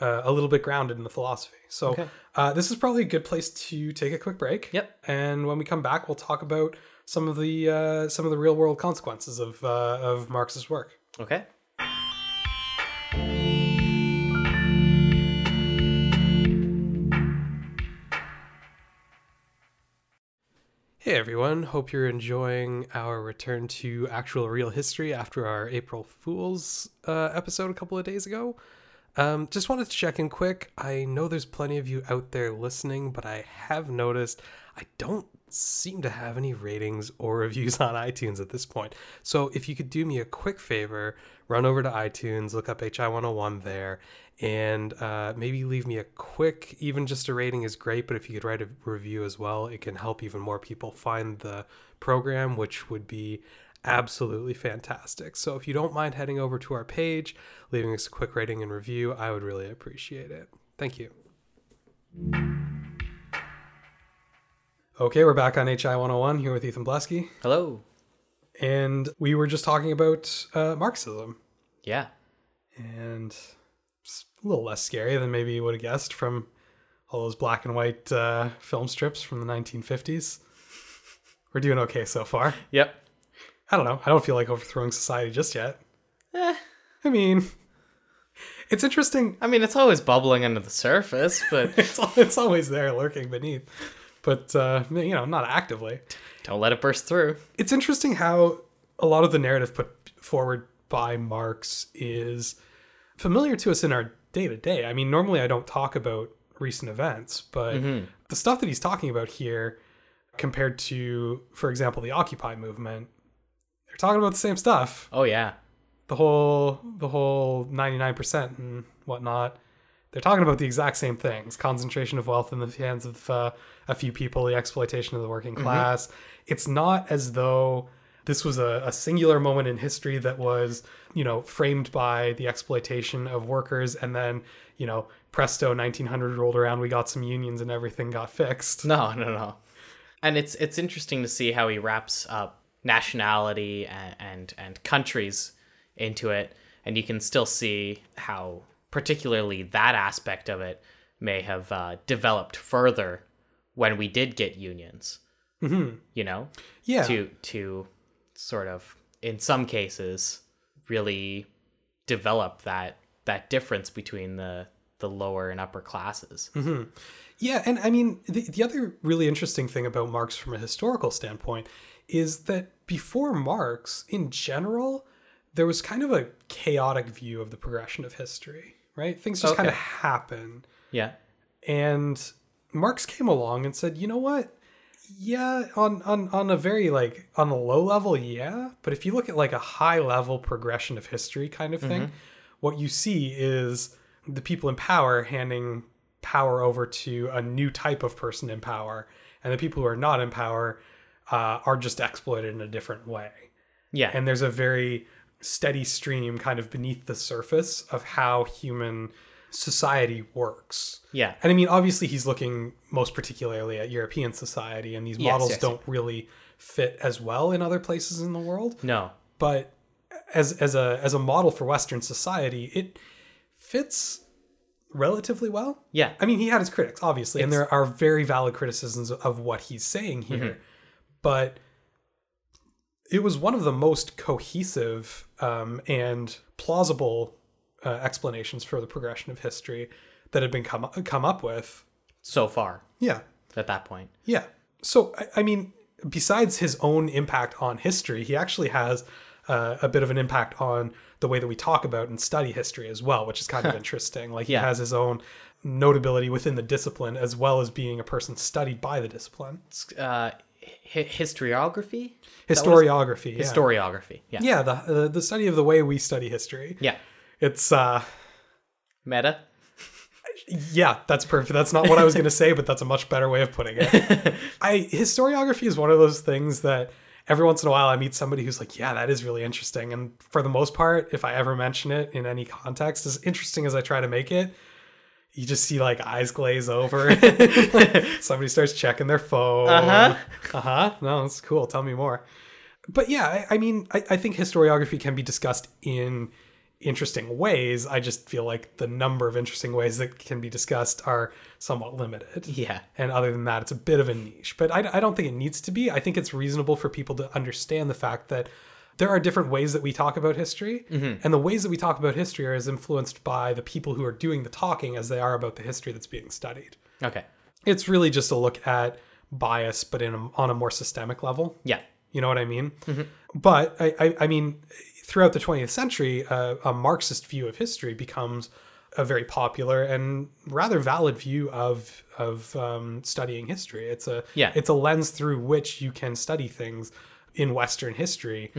Speaker 2: uh, a little bit grounded in the philosophy. So,
Speaker 3: Okay.
Speaker 2: uh, this is probably a good place to take a quick break.
Speaker 3: Yep.
Speaker 2: And when we come back, we'll talk about some of the uh, some of the real world consequences of uh, of Marx's work.
Speaker 3: Okay.
Speaker 2: Hey everyone, hope you're enjoying our return to actual real history after our April Fools uh, episode a couple of days ago. Um, just wanted to check in quick. I know there's plenty of you out there listening, but I have noticed I don't seem to have any ratings or reviews on iTunes at this point. So if you could do me a quick favor, run over to iTunes, look up HI101 there, and uh, maybe leave me a quick, even just a rating is great, but if you could write a review as well, it can help even more people find the program, which would be absolutely fantastic. So if you don't mind heading over to our page, leaving us a quick rating and review, I would really appreciate it. Thank you. Okay, we're back on HI 101 here with Ethan Blasky.
Speaker 3: Hello.
Speaker 2: And we were just talking about uh, Marxism.
Speaker 3: Yeah.
Speaker 2: And it's a little less scary than maybe you would have guessed from all those black and white uh, film strips from the 1950s. We're doing okay so far.
Speaker 3: Yep.
Speaker 2: I don't know. I don't feel like overthrowing society just yet.
Speaker 3: Eh,
Speaker 2: I mean, it's interesting.
Speaker 3: I mean, it's always bubbling under the surface, but
Speaker 2: It's, al- it's always there lurking beneath, but, uh, you know, not actively.
Speaker 3: don't let it burst through.
Speaker 2: it's interesting how a lot of the narrative put forward by Marx is familiar to us in our day to day. I mean, normally I don't talk about recent events, but the stuff that he's talking about here, compared to, for example, the Occupy movement, they're talking about the same stuff.
Speaker 3: Oh yeah.
Speaker 2: The whole, the whole ninety nine percent and whatnot. They're talking about the exact same things: concentration of wealth in the hands of uh, a few people, the exploitation of the working class. It's not as though this was a, a singular moment in history that was, you know, framed by the exploitation of workers, and then, you know, presto, nineteen hundred rolled around, we got some unions, and everything got fixed.
Speaker 3: No, no, no. And it's it's interesting to see how he wraps up nationality and and, and countries into it, and you can still see how particularly that aspect of it may have uh, developed further when we did get unions. Mm-hmm. You know,
Speaker 2: Yeah,
Speaker 3: to to sort of in some cases really develop that that difference between the the lower and upper classes.
Speaker 2: Mm-hmm. Yeah, and I mean, the, the other really interesting thing about Marx from a historical standpoint is that before Marx, in general, there was kind of a chaotic view of the progression of history, right? Things just kind of
Speaker 3: Okay.
Speaker 2: happen.
Speaker 3: Yeah.
Speaker 2: And Marx came along and said, you know what? Yeah, on, on, on a very like on a low level, yeah. But if you look at like a high level progression of history kind of thing, what you see is the people in power handing power over to a new type of person in power, and the people who are not in power uh, are just exploited in a different way
Speaker 3: Yeah.
Speaker 2: and there's a very steady stream kind of beneath the surface of how human society works.
Speaker 3: Yeah.
Speaker 2: And I mean, obviously, he's looking most particularly at European society, and these
Speaker 3: Yes,
Speaker 2: models
Speaker 3: yes,
Speaker 2: don't really fit as well in other places in the world
Speaker 3: no.
Speaker 2: but as as a as a model for Western society, it fits relatively well.
Speaker 3: Yeah.
Speaker 2: I mean, he had his critics, obviously, and there are very valid criticisms of what he's saying here, but it was one of the most cohesive um, and plausible uh, explanations for the progression of history that had been come come up with.
Speaker 3: So far
Speaker 2: Yeah,
Speaker 3: at that point.
Speaker 2: yeah. So, I, I mean, besides his own impact on history, he actually has uh, a bit of an impact on the way that we talk about and study history as well, which is kind of interesting. Like,
Speaker 3: Yeah.
Speaker 2: he has his own notability within the discipline as well as being a person studied by the discipline.
Speaker 3: Uh, hi- historiography.
Speaker 2: Historiography. yeah.
Speaker 3: Historiography. Yeah.
Speaker 2: Yeah, the, the, the study of the way we study history.
Speaker 3: Yeah.
Speaker 2: It's, uh,
Speaker 3: Meta.
Speaker 2: Yeah, that's perfect. That's not what I was going to say, but that's a much better way of putting it. I historiography is one of those things that every once in a while I meet somebody who's like, "Yeah, that is really interesting." And for the most part, if I ever mention it in any context, as interesting as I try to make it, you just see like eyes glaze over. somebody starts checking their phone.
Speaker 3: Uh-huh.
Speaker 2: Uh-huh. No, it's cool. Tell me more. But yeah, I, I mean, I, I think historiography can be discussed in interesting ways. I just feel like the number of interesting ways that can be discussed are somewhat limited.
Speaker 3: Yeah.
Speaker 2: And other than that, it's a bit of a niche. But I, I don't think it needs to be. I think it's reasonable for people to understand the fact that there are different ways that we talk about history. And the ways that we talk about history are as influenced by the people who are doing the talking as they are about the history that's being studied.
Speaker 3: Okay.
Speaker 2: It's really just a look at bias, but in a, on a more systemic level.
Speaker 3: Yeah.
Speaker 2: You know what I mean? But I, I, I mean, throughout the 20th century, uh, a Marxist view of history becomes a very popular and rather valid view of of um, studying history. It's a
Speaker 3: Yeah.
Speaker 2: it's a lens through which you can study things in Western history,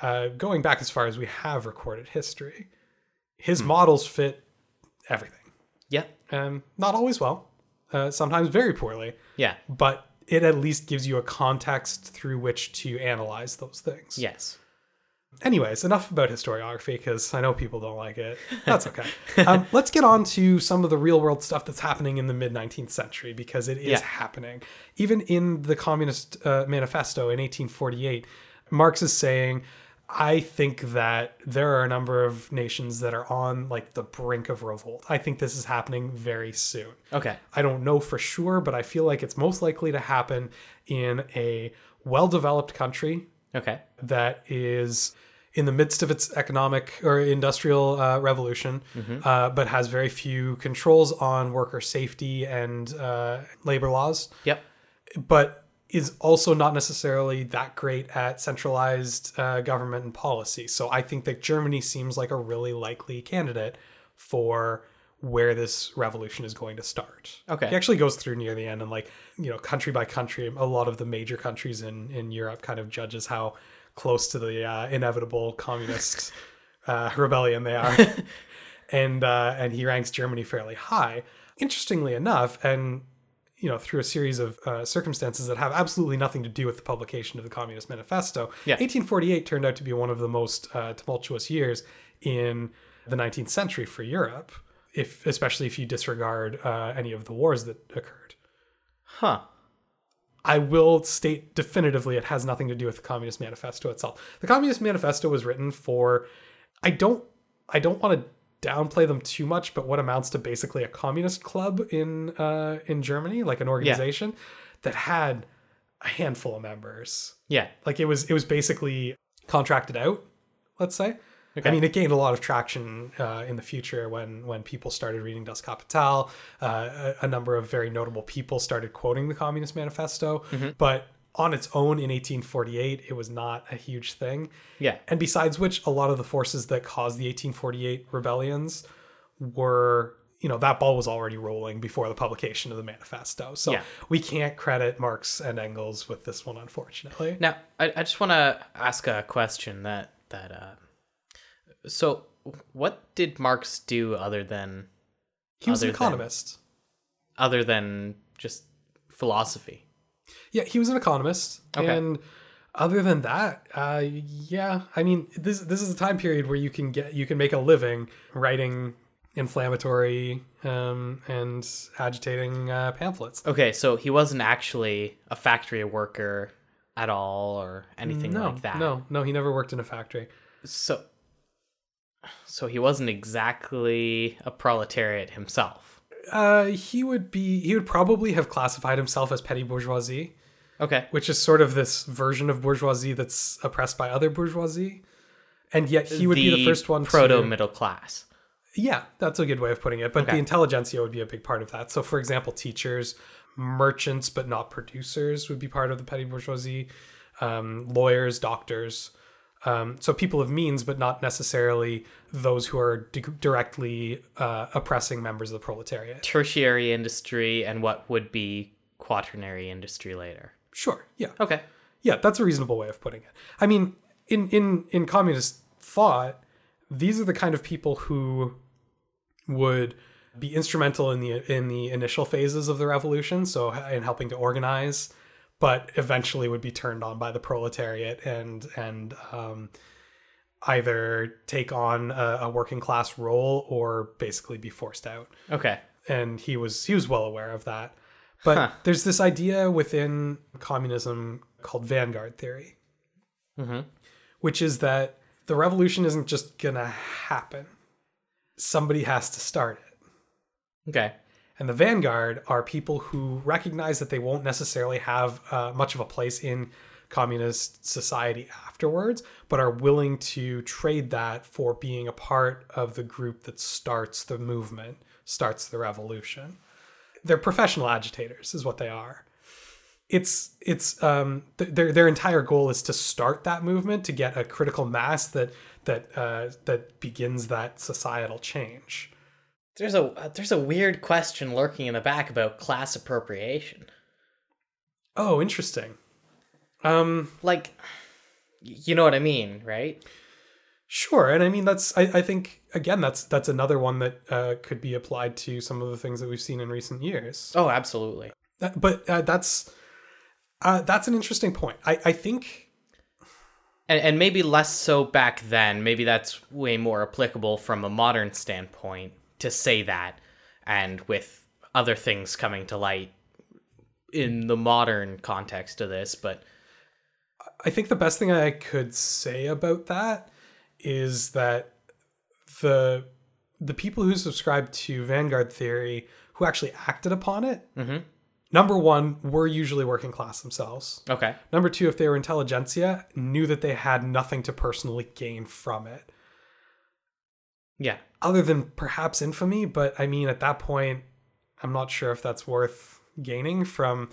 Speaker 2: uh, going back as far as we have recorded history. His models fit everything.
Speaker 3: Yeah.
Speaker 2: Um, not always well, uh, sometimes very poorly,
Speaker 3: Yeah.
Speaker 2: but it at least gives you a context through which to analyze those things.
Speaker 3: Yes.
Speaker 2: Anyways, enough about historiography because I know people don't like it. That's okay. um, let's get on to some of the real world stuff that's happening in the mid 19th century because it is
Speaker 3: Yeah.
Speaker 2: happening. Even in the Communist uh, Manifesto in 1848, Marx is saying, I think that there are a number of nations that are on like the brink of revolt. I think this is happening very soon.
Speaker 3: Okay.
Speaker 2: I don't know for sure, but I feel like it's most likely to happen in a well developed country
Speaker 3: Okay.
Speaker 2: that is in the midst of its economic or industrial uh, revolution, uh, but has very few controls on worker safety and uh, labor laws,
Speaker 3: Yep.
Speaker 2: but is also not necessarily that great at centralized uh, government and policy. So I think that Germany seems like a really likely candidate for where this revolution is going to start.
Speaker 3: Okay.
Speaker 2: He actually goes through near the end and like, you know, country by country, a lot of the major countries in in Europe kind of judges how close to the uh, inevitable communist uh, rebellion they are. and uh, and he ranks Germany fairly high. Interestingly enough, and you know, through a series of uh, circumstances that have absolutely nothing to do with the publication of the Communist Manifesto,
Speaker 3: Yeah.
Speaker 2: 1848 turned out to be one of the most uh, tumultuous years in the 19th century for Europe, if especially if you disregard uh, any of the wars that occurred.
Speaker 3: Huh.
Speaker 2: I will state definitively it has nothing to do with the Communist Manifesto itself. The Communist Manifesto was written for I don't I don't want to downplay them too much, but what amounts to basically a communist club in uh, in Germany, like an organization that had a handful of members.
Speaker 3: Yeah.
Speaker 2: Like it was it was basically contracted out, let's say.
Speaker 3: Okay.
Speaker 2: I mean, it gained a lot of traction uh, in the future when when people started reading Das Kapital. Uh, a, a number of very notable people started quoting the Communist Manifesto,
Speaker 3: Mm-hmm.
Speaker 2: but on its own in 1848, it was not a huge thing.
Speaker 3: Yeah.
Speaker 2: And besides which, a lot of the forces that caused the 1848 rebellions were, you know, that ball was already rolling before the publication of the manifesto. So
Speaker 3: Yeah.
Speaker 2: we can't credit Marx and Engels with this one, unfortunately.
Speaker 3: Now, I, I just want to ask a question that that uh, so what did Marx do other than
Speaker 2: he was an
Speaker 3: other than-
Speaker 2: economist.
Speaker 3: other than just philosophy?
Speaker 2: Yeah, he was an economist.
Speaker 3: Okay.
Speaker 2: And other than that, uh, yeah, I mean, this this is a time period where you can get you can make a living writing inflammatory um, and agitating uh, pamphlets.
Speaker 3: Okay, so he wasn't actually a factory worker at all or anything
Speaker 2: no,
Speaker 3: like that.
Speaker 2: no, no, he never worked in a factory.
Speaker 3: So so he wasn't exactly a proletariat himself.
Speaker 2: Uh, he would be he would probably have classified himself as petty bourgeoisie,
Speaker 3: Okay.
Speaker 2: which is sort of this version of bourgeoisie that's oppressed by other bourgeoisie. And yet he would be the first one to-
Speaker 3: proto middle class.
Speaker 2: Yeah, that's a good way of putting it. But the
Speaker 3: Okay.
Speaker 2: intelligentsia would be a big part of that. So, for example, teachers, merchants, but not producers would be part of the petty bourgeoisie, um, lawyers, doctors. Um, so, people of means, but not necessarily those who are di- directly uh, oppressing members of the proletariat.
Speaker 3: Tertiary industry and what would be quaternary industry later.
Speaker 2: Sure. Yeah.
Speaker 3: Okay.
Speaker 2: Yeah, that's a reasonable way of putting it. I mean, in in in communist thought, these are the kind of people who would be instrumental in the in the initial phases of the revolution, so in helping to organize, but eventually would be turned on by the proletariat and and um, either take on a, a working class role or basically be forced out
Speaker 3: Okay.
Speaker 2: and he was he was well aware of that. But
Speaker 3: Huh.
Speaker 2: there's this idea within communism called vanguard theory,
Speaker 3: Mhm.
Speaker 2: which is that the revolution isn't just gonna happen. Somebody has to start it.
Speaker 3: Okay.
Speaker 2: And the vanguard are people who recognize that they won't necessarily have uh, much of a place in communist society afterwards, but are willing to trade that for being a part of the group that starts the movement, starts the revolution. They're professional agitators, is what they are. It's it's um th- their their entire goal is to start that movement to get a critical mass that that uh, that begins that societal change
Speaker 3: There's a uh, there's a weird question lurking in the back about class appropriation.
Speaker 2: Oh, interesting. Um,
Speaker 3: Like, y- you know what I mean, right?
Speaker 2: sure. And I mean, that's I, I think again, that's that's another one that uh, could be applied to some of the things that we've seen in recent years.
Speaker 3: Oh, absolutely.
Speaker 2: That- but uh, that's uh, that's an interesting point. I, I think
Speaker 3: And and maybe less so back then. Maybe that's way more applicable from a modern standpoint to say that, and with other things coming to light in the modern context of this, but
Speaker 2: I think the best thing I could say about that is that the the people who subscribed to Vanguard theory who actually acted upon it, number one, were usually working class themselves.
Speaker 3: okay.
Speaker 2: Number two, if they were intelligentsia, knew that they had nothing to personally gain from it,
Speaker 3: Yeah.
Speaker 2: other than perhaps infamy. But I mean, at that point, I'm not sure if that's worth gaining from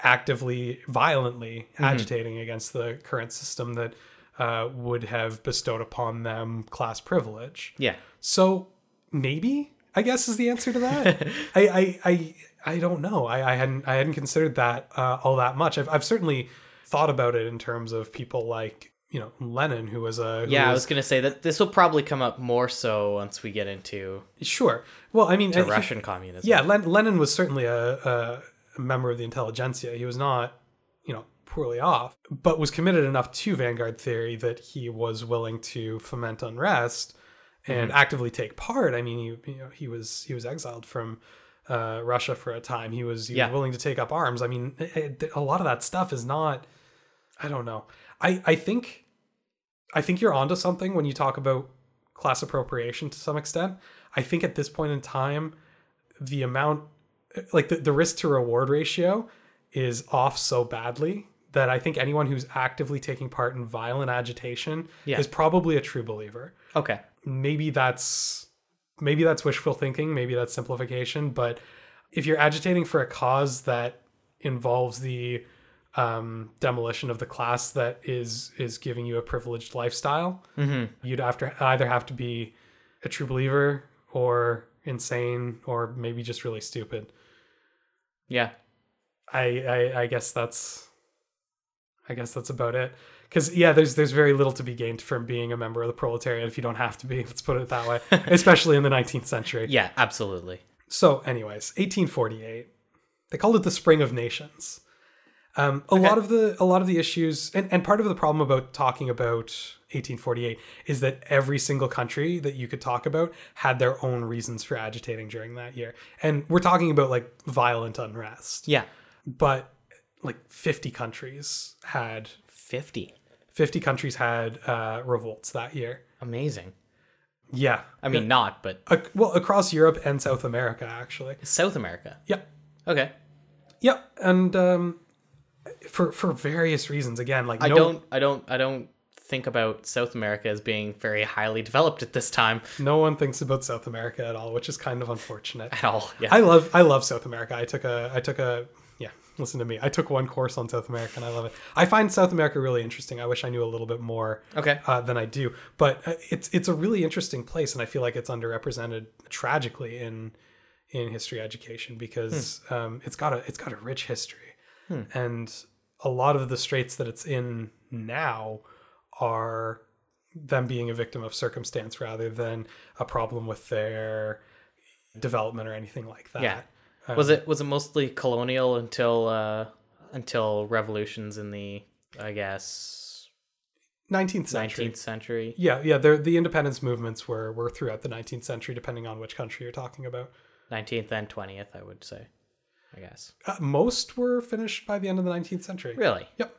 Speaker 2: actively, violently
Speaker 3: Mm-hmm.
Speaker 2: agitating against the current system that uh, would have bestowed upon them class privilege.
Speaker 3: Yeah.
Speaker 2: So maybe I guess is the answer to that. I, I I I don't know. I, I hadn't I hadn't considered that uh, all that much. I've I've certainly thought about it in terms of people like you know Lenin, who was a who
Speaker 3: Yeah, I was gonna say that this will probably come up more so once we get into
Speaker 2: sure. Well, I mean,
Speaker 3: the
Speaker 2: uh, he-
Speaker 3: Russian communism.
Speaker 2: yeah, Len, Lenin was certainly a, a a member of the intelligentsia. He was not you know poorly off, but was committed enough to vanguard theory that he was willing to foment unrest. and actively take part. I mean, he you know, he was he was exiled from uh, Russia for a time. He was he
Speaker 3: Yeah.
Speaker 2: was willing to take up arms. I mean, it, it- a lot of that stuff is not. I don't know. I I think, I think you're onto something when you talk about class appropriation to some extent. I think at this point in time, the amount, like the, the risk to reward ratio, is off so badly that I think anyone who's actively taking part in violent agitation
Speaker 3: Yeah.
Speaker 2: is probably a true believer
Speaker 3: Okay.
Speaker 2: maybe that's maybe that's wishful thinking maybe that's simplification but if you're agitating for a cause that involves the um, demolition of the class that is is giving you a privileged lifestyle
Speaker 3: Mm-hmm.
Speaker 2: you'd after either have to be a true believer or insane or maybe just really stupid
Speaker 3: Yeah.
Speaker 2: I, I I guess that's I guess that's about it. Cause yeah, there's there's very little to be gained from being a member of the proletariat if you don't have to be, let's put it that way. Especially in the nineteenth century.
Speaker 3: Yeah, absolutely.
Speaker 2: So, anyways, 1848. They called it the Spring of Nations. Um, a lot of the a lot of the issues and, and part of the problem about talking about 1848 is that every single country that you could talk about had their own reasons for agitating during that year. And we're talking about like violent unrest
Speaker 3: Yeah.
Speaker 2: but like 50 countries had
Speaker 3: Fifty.
Speaker 2: 50 countries had uh, revolts that year
Speaker 3: Amazing.
Speaker 2: yeah
Speaker 3: I mean not, but
Speaker 2: Ac- well across europe and south america actually
Speaker 3: South America.
Speaker 2: yeah
Speaker 3: Okay.
Speaker 2: yeah and um, for for various reasons again like
Speaker 3: I
Speaker 2: no,
Speaker 3: don't I don't I don't think about South America as being very highly developed at this time
Speaker 2: no one thinks about south america at all which is kind of unfortunate
Speaker 3: at all. Yeah.
Speaker 2: i love i love south america i took a i took a yeah listen to me i took one course on south america and i love it i find south america really interesting i wish i knew a little bit more
Speaker 3: okay.
Speaker 2: uh, than I do. But uh, it's it's a really interesting place, and I feel like it's underrepresented tragically in in history education because
Speaker 3: Hmm.
Speaker 2: um, it's got a it's got a rich history, and a lot of the straits that it's in now are them being a victim of circumstance rather than a problem with their development or anything like that.
Speaker 3: Yeah. was it was it mostly colonial until uh until revolutions in the I guess
Speaker 2: 19th century.
Speaker 3: nineteenth century?
Speaker 2: Yeah, yeah, they're- the independence movements were were throughout the 19th century depending on which country you're talking about.
Speaker 3: Nineteenth and twentieth, I would say. I guess.
Speaker 2: Uh, most were finished by the end of the 19th century.
Speaker 3: Really?
Speaker 2: Yep.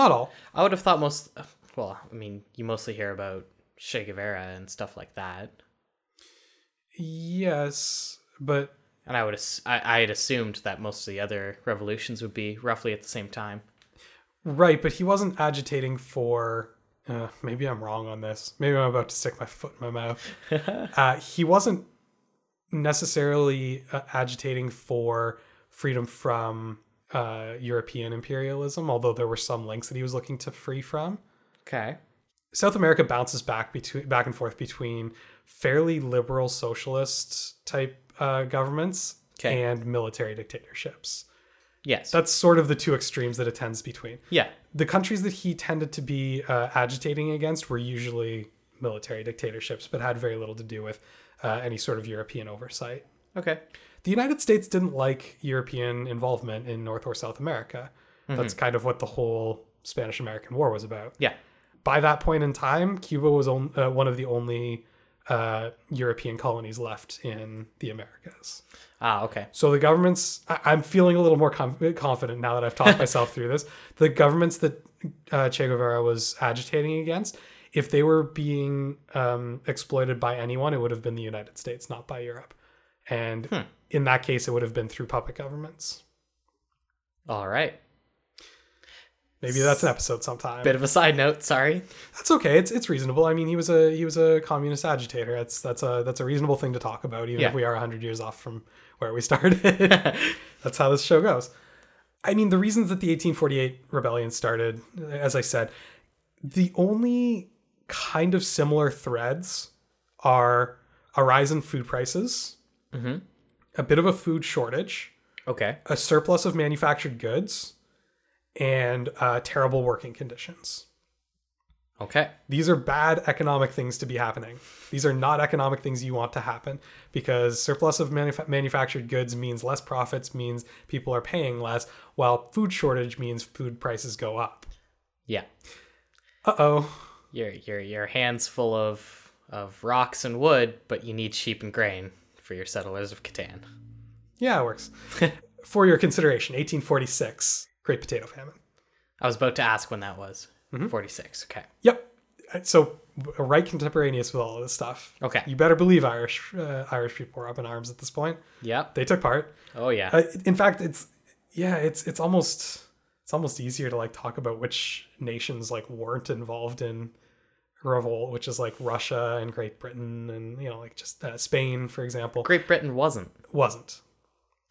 Speaker 2: Not all.
Speaker 3: I would have thought most. Well, I mean, you mostly hear about Che Guevara and stuff like that,
Speaker 2: Yes, but
Speaker 3: and I would ass- I I had assumed that most of the other revolutions would be roughly at the same time.
Speaker 2: right, but he wasn't agitating for. Uh, maybe I'm wrong on this. Maybe I'm about to stick my foot in my mouth. uh, he wasn't necessarily uh, agitating for freedom from uh, European imperialism, although there were some links that he was looking to free from.
Speaker 3: Okay.
Speaker 2: South America bounces back between back and forth between fairly liberal socialist type uh, governments
Speaker 3: 'Kay.
Speaker 2: and military dictatorships.
Speaker 3: Yes.
Speaker 2: That's sort of the two extremes that it tends between.
Speaker 3: yeah.
Speaker 2: The countries that he tended to be uh, agitating against were usually military dictatorships, but had very little to do with uh, any sort of European oversight.
Speaker 3: Okay.
Speaker 2: The United States didn't like European involvement in North or South America. That's kind of what the whole Spanish American War was about
Speaker 3: Yeah.
Speaker 2: by that point in time, Cuba was on, uh, one of the only uh, European colonies left in the Americas.
Speaker 3: Ah, okay.
Speaker 2: So the governments, I- I'm feeling a little more com- confident now that I've talked myself through this. The governments that uh, Che Guevara was agitating against, if they were being um, exploited by anyone, it would have been the United States, not by Europe. And in that case, it would have been through puppet governments.
Speaker 3: All right.
Speaker 2: Maybe that's an episode sometime.
Speaker 3: Bit of a side note, sorry.
Speaker 2: That's okay. It's it's reasonable. I mean, he was a he was a communist agitator. That's that's a that's a reasonable thing to talk about, even
Speaker 3: Yeah.
Speaker 2: if we are hundred years off from where we started. that's how this show goes. I mean, the reasons that the 1848 rebellion started, as I said, the only kind of similar threads are a rise in food prices, a bit of a food shortage,
Speaker 3: Okay.
Speaker 2: a surplus of manufactured goods, and uh, terrible working conditions.
Speaker 3: Okay.
Speaker 2: These are bad economic things to be happening. These are not economic things you want to happen because surplus of manuf- manufactured goods means less profits, means people are paying less, while food shortage means food prices go up.
Speaker 3: Yeah.
Speaker 2: Uh oh.
Speaker 3: Your your your hands full of of rocks and wood, but you need sheep and grain for your settlers of Catan.
Speaker 2: Yeah, it works. For your consideration, 1846, Great Potato Famine.
Speaker 3: I was about to ask when that was.
Speaker 2: Mm-hmm.
Speaker 3: 46. Okay.
Speaker 2: Yep. Uh, So right contemporaneous with all of this stuff.
Speaker 3: Okay.
Speaker 2: You better believe Irish uh, Irish people were up in arms at this point.
Speaker 3: Yep.
Speaker 2: They took part.
Speaker 3: Oh yeah.
Speaker 2: Uh, in fact, it's yeah, it's it's almost it's almost easier to like talk about which nations like weren't involved in revolt, which is like Russia and Great Britain and you know like just uh, Spain, for example,
Speaker 3: Great Britain wasn't.
Speaker 2: wasn't.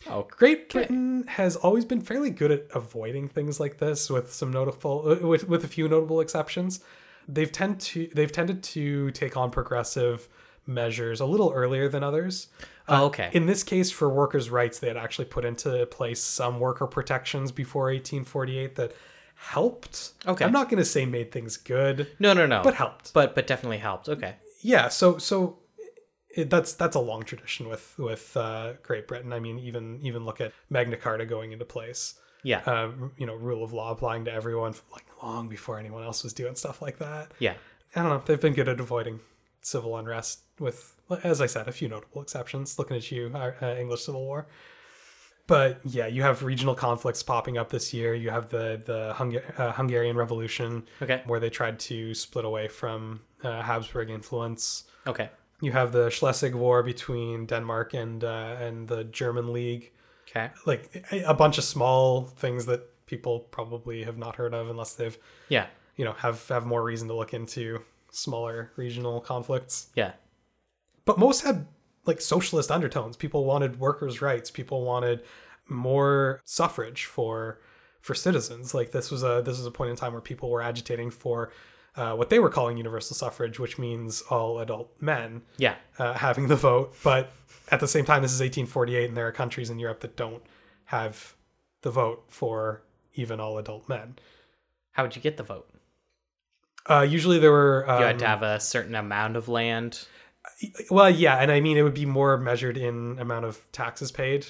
Speaker 2: uh,
Speaker 3: Oh,
Speaker 2: Great Britain has always been fairly good at avoiding things like this, with some notable, uh, with with a few notable exceptions. They've tend to they've tended to take on progressive measures a little earlier than others.
Speaker 3: Oh, okay.
Speaker 2: In this case, for workers' rights, they had actually put into place some worker protections before 1848 that helped.
Speaker 3: Okay.
Speaker 2: I'm not going to say made things good,
Speaker 3: no, no, no.
Speaker 2: but helped.
Speaker 3: But but definitely helped. Okay.
Speaker 2: Yeah. So so it, that's that's a long tradition with with uh, Great Britain. I mean, even even look at Magna Carta going into place.
Speaker 3: Yeah.
Speaker 2: Uh, you know, rule of law applying to everyone like long before anyone else was doing stuff like that.
Speaker 3: yeah.
Speaker 2: I don't know. They've been good at avoiding civil unrest, with, as I said, a few notable exceptions. Looking at you, our, uh, English Civil War. But yeah, you have regional conflicts popping up this year. You have the the Hunga- uh, Hungarian Revolution,
Speaker 3: Okay.
Speaker 2: where they tried to split away from uh, Habsburg influence.
Speaker 3: Okay.
Speaker 2: You have the Schleswig War between Denmark and uh, and the German League.
Speaker 3: Okay.
Speaker 2: Like a a bunch of small things that people probably have not heard of unless they've
Speaker 3: Yeah.
Speaker 2: you know have have more reason to look into smaller regional conflicts
Speaker 3: Yeah.
Speaker 2: but most had like socialist undertones people wanted workers rights people wanted more suffrage for for citizens like this was a this was a point in time where people were agitating for uh, what they were calling universal suffrage which means all adult men
Speaker 3: Yeah.
Speaker 2: uh, having the vote but at the same time this is 1848 and there are countries in europe that don't have the vote for even all adult men
Speaker 3: How would you get the vote?
Speaker 2: uh, usually there were um,
Speaker 3: You had to have a certain amount of land.
Speaker 2: Well, yeah, and I mean it would be more measured in amount of taxes paid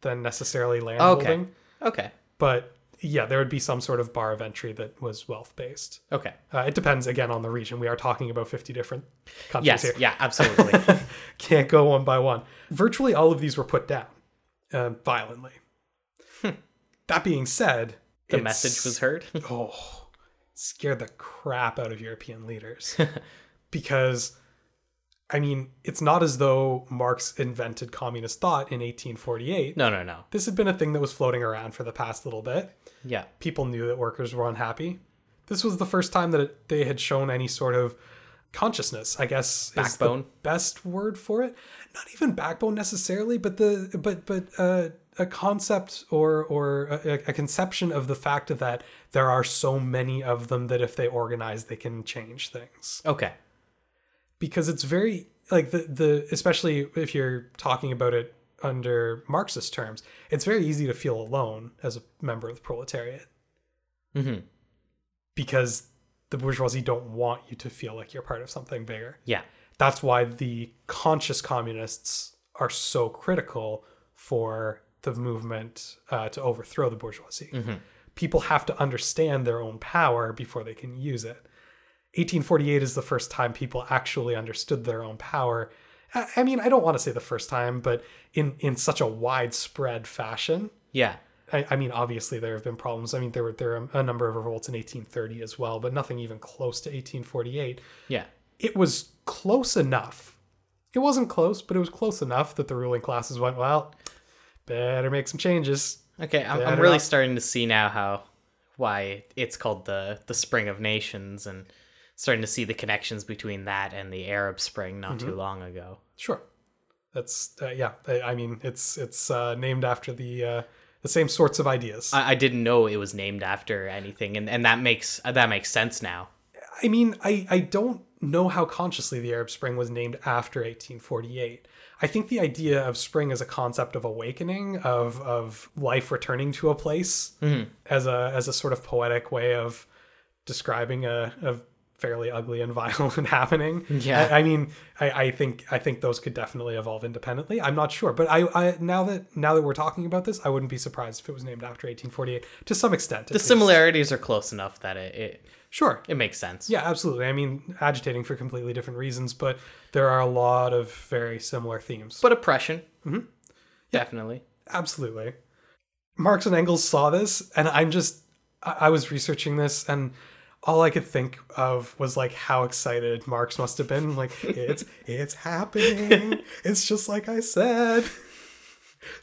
Speaker 2: than necessarily land
Speaker 3: Okay.
Speaker 2: holding.
Speaker 3: Okay.
Speaker 2: But yeah, there would be some sort of bar of entry that was wealth based.
Speaker 3: Okay.
Speaker 2: Uh, it depends again on the region. We are talking about fifty different countries
Speaker 3: Yes.
Speaker 2: here.
Speaker 3: Yeah. Absolutely.
Speaker 2: Can't go one by one. Virtually all of these were put down um, violently. That being said,
Speaker 3: Hmm. the
Speaker 2: it's-
Speaker 3: message was heard.
Speaker 2: oh, scared the crap out of European leaders. because, I mean, it's not as though Marx invented communist thought in 1848.
Speaker 3: no. No. No.
Speaker 2: This had been a thing that was floating around for the past little bit.
Speaker 3: Yeah.
Speaker 2: People knew that workers were unhappy. This was the first time that it, they had shown any sort of consciousness i guess is the
Speaker 3: Backbone.
Speaker 2: best word for it not even backbone necessarily but the but but uh, a concept or or a, a conception of the fact that there are so many of them that if they organize they can change things
Speaker 3: Okay.
Speaker 2: because it's very like the the especially if you're talking about it under marxist terms it's very easy to feel alone as a member of the proletariat
Speaker 3: hmm
Speaker 2: because the bourgeoisie don't want you to feel like you're part of something bigger
Speaker 3: Yeah.
Speaker 2: that's why the conscious communists are so critical for the movement uh, to overthrow the bourgeoisie. People have to understand their own power before they can use it. 1848 is the first time people actually understood their own power. I I mean, I don't want to say the first time, but in in such a widespread fashion.
Speaker 3: Yeah.
Speaker 2: I, I mean, obviously there have been problems. I mean, there were there are a number of revolts in 1830 as well, but nothing even close to 1848
Speaker 3: Yeah.
Speaker 2: it was close enough. It wasn't close, but it was close enough that the ruling classes went, well, better make some changes.
Speaker 3: Okay. I'm, I'm
Speaker 2: Better
Speaker 3: really
Speaker 2: not-
Speaker 3: starting to see now how why it's called the the Spring of Nations and starting to see the connections between that and the Arab Spring not
Speaker 2: Mm-hmm.
Speaker 3: too long ago.
Speaker 2: Sure. That's uh, yeah. I, I mean, it's it's uh, named after the uh, the same sorts of ideas.
Speaker 3: I, I didn't know it was named after anything, and, and that makes that makes sense now.
Speaker 2: I mean, I, I don't know how consciously the Arab Spring was named after 1848. I think the idea of spring is a concept of awakening, of of life returning to a place
Speaker 3: Mm-hmm.
Speaker 2: as a as a sort of poetic way of describing a, a fairly ugly and violent happening.
Speaker 3: Yeah.
Speaker 2: I, I mean, I, I think I think those could definitely evolve independently. I'm not sure. But I, I now that now that we're talking about this, I wouldn't be surprised if it was named after 1848 to some extent.
Speaker 3: The similarities are close enough that it it,
Speaker 2: Sure.
Speaker 3: it makes sense.
Speaker 2: Yeah, absolutely. I mean, agitating for completely different reasons, but there are a lot of very similar themes.
Speaker 3: But oppression,
Speaker 2: Mm-hmm.
Speaker 3: definitely.
Speaker 2: absolutely. Marx and Engels saw this, and I'm just, I, I was researching this, and all I could think of was like how excited Marx must have been. Like, it's, it's happening. It's just like I said.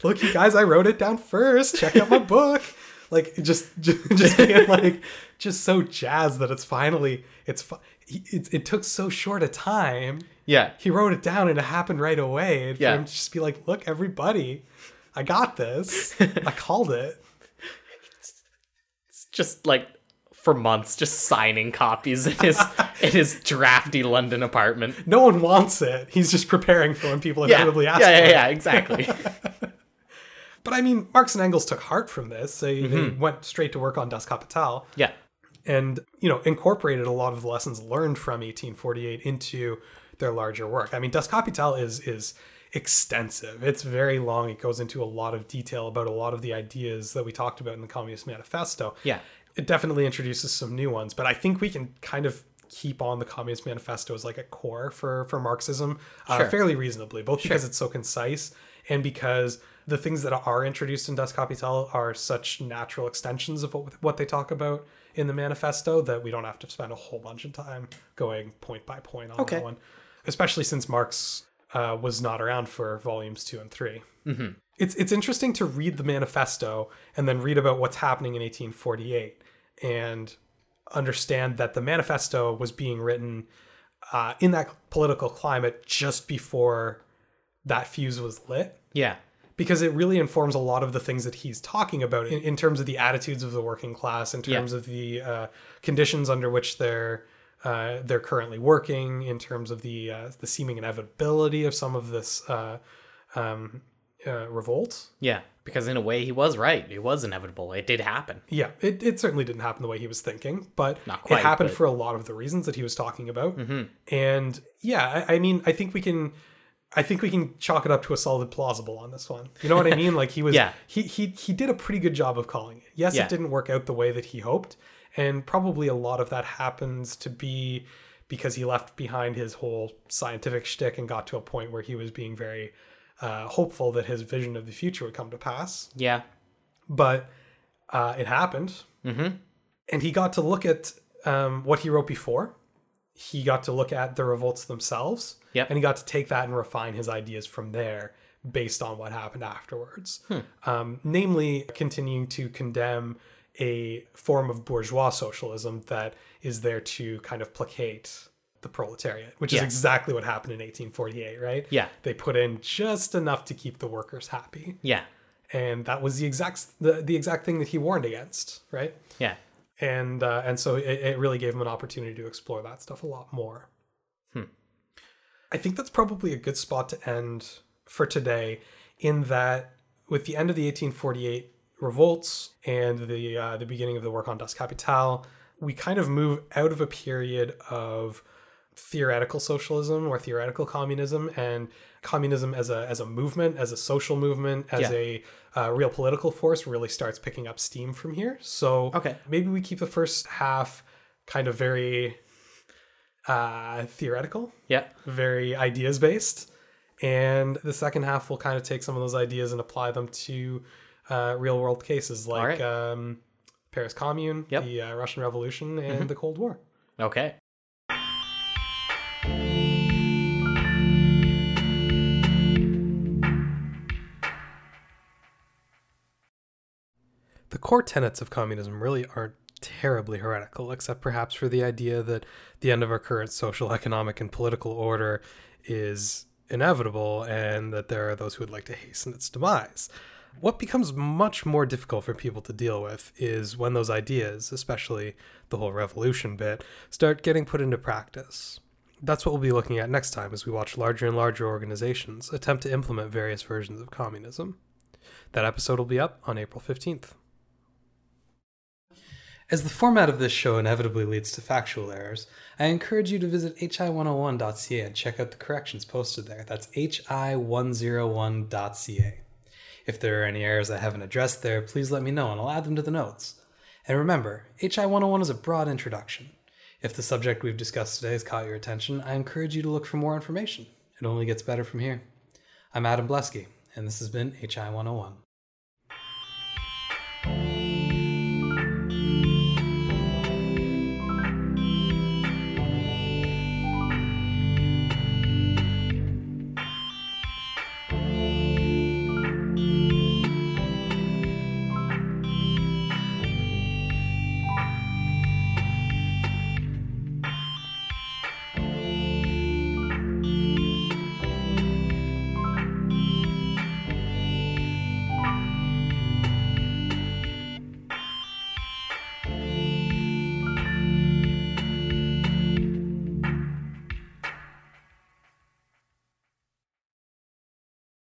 Speaker 2: Look, you guys, I wrote it down first. Check out my book. Like, just, just, just being like, just so jazzed that it's finally, it's, fi- it, it took so short a time
Speaker 3: Yeah.
Speaker 2: he wrote it down and it happened right away. And
Speaker 3: Yeah.
Speaker 2: for him to just be like, look, everybody, I got this. I called it.
Speaker 3: just like for months just signing copies in his in his drafty London apartment.
Speaker 2: No one wants it. He's just preparing for when people
Speaker 3: Yeah,
Speaker 2: inevitably
Speaker 3: yeah,
Speaker 2: ask
Speaker 3: yeah,
Speaker 2: for
Speaker 3: yeah,
Speaker 2: it.
Speaker 3: exactly.
Speaker 2: But I mean, Marx and Engels took heart from this. So they
Speaker 3: Mm-hmm.
Speaker 2: went straight to work on Das Kapital
Speaker 3: yeah,
Speaker 2: and, you know, incorporated a lot of the lessons learned from 1848 into their larger work. I mean, Das Kapital is is extensive. It's very long. It goes into a lot of detail about a lot of the ideas that we talked about in the Communist Manifesto.
Speaker 3: yeah,
Speaker 2: it definitely introduces some new ones but i think we can kind of keep on the communist manifesto as like a core for for marxism
Speaker 3: Sure.
Speaker 2: uh, fairly reasonably both because it's so concise and because the things that are introduced in das kapital are such natural extensions of what, what they talk about in the manifesto that we don't have to spend a whole bunch of time going point by point on
Speaker 3: Okay.
Speaker 2: that one especially since marx uh, was not around for volumes two and 3 it's it's interesting to read the manifesto and then read about what's happening in 1848 and understand that the manifesto was being written uh, in that political climate just before that fuse was lit
Speaker 3: yeah,
Speaker 2: because it really informs a lot of the things that he's talking about in, in terms of the attitudes of the working class, in terms of the uh, conditions under which they're uh, they're currently working, in terms of the uh, the seeming inevitability of some of this uh, um, uh, revolt.
Speaker 3: yeah. Because in a way, he was right. It was inevitable. It did happen.
Speaker 2: Yeah, it, it certainly didn't happen the way he was thinking, but
Speaker 3: Not quite,
Speaker 2: it happened
Speaker 3: but- Mm-hmm.
Speaker 2: for a lot of the reasons that he was talking about. And yeah, I, I mean, I think we can, I think we can chalk it up to a solid plausible on this one. You know what I mean? Like he was,
Speaker 3: Yeah.
Speaker 2: he he he did a pretty good job of calling it. Yes,
Speaker 3: Yeah.
Speaker 2: it didn't work out the way that he hoped, and probably a lot of that happens to be because he left behind his whole scientific shtick and got to a point where he was being very uh, hopeful that his vision of the future would come to pass
Speaker 3: Yeah,
Speaker 2: but uh, it happened. Mm-hmm. And he got to look at um, what he wrote before. He got to look at the revolts themselves.
Speaker 3: Yep.
Speaker 2: And he got to take that and refine his ideas from there based on what happened afterwards.
Speaker 3: Hmm.
Speaker 2: Um, namely, continuing to condemn a form of bourgeois socialism that is there to kind of placate the proletariat, which is
Speaker 3: Yeah.
Speaker 2: exactly what happened in 1848, right?
Speaker 3: Yeah.
Speaker 2: They put in just enough to keep the workers happy.
Speaker 3: Yeah.
Speaker 2: And that was the exact the, the exact thing that he warned against, right?
Speaker 3: Yeah.
Speaker 2: And uh, and so it, it really gave him an opportunity to explore that stuff a lot more. I think that's probably a good spot to end for today, in that with the end of the 1848 revolts and the uh, the beginning of the work on Das Kapital, we kind of move out of a period of theoretical socialism or theoretical communism and communism as a as a movement as a social movement as
Speaker 3: Yeah.
Speaker 2: a uh, real political force really starts picking up steam from here so
Speaker 3: Okay.
Speaker 2: maybe we keep the first half kind of very uh theoretical
Speaker 3: Yeah.
Speaker 2: very ideas based. And the second half will kind of take some of those ideas and apply them to uh, real world cases like
Speaker 3: right.
Speaker 2: um, Paris Commune,
Speaker 3: Yep. Mm-hmm.
Speaker 2: the uh, Russian Revolution, and the Cold War.
Speaker 3: Okay.
Speaker 2: The core tenets of communism really aren't terribly heretical, except perhaps for the idea that the end of our current social, economic, and political order is inevitable and that there are those who would like to hasten its demise. What becomes much more difficult for people to deal with is when those ideas, especially the whole revolution bit, start getting put into practice. That's what we'll be looking at next time as we watch larger and larger organizations attempt to implement various versions of communism. That episode will be up on April 15th.
Speaker 4: As the format of this show inevitably leads to factual errors, I encourage you to visit hi101.ca and check out the corrections posted there. That's hi101.ca. If there are any errors I haven't addressed there, please let me know and I'll add them to the notes. And remember, HI101 is a broad introduction. If the subject we've discussed today has caught your attention, I encourage you to look for more information. It only gets better from here. I'm Adam Blesky, and this has been HI101.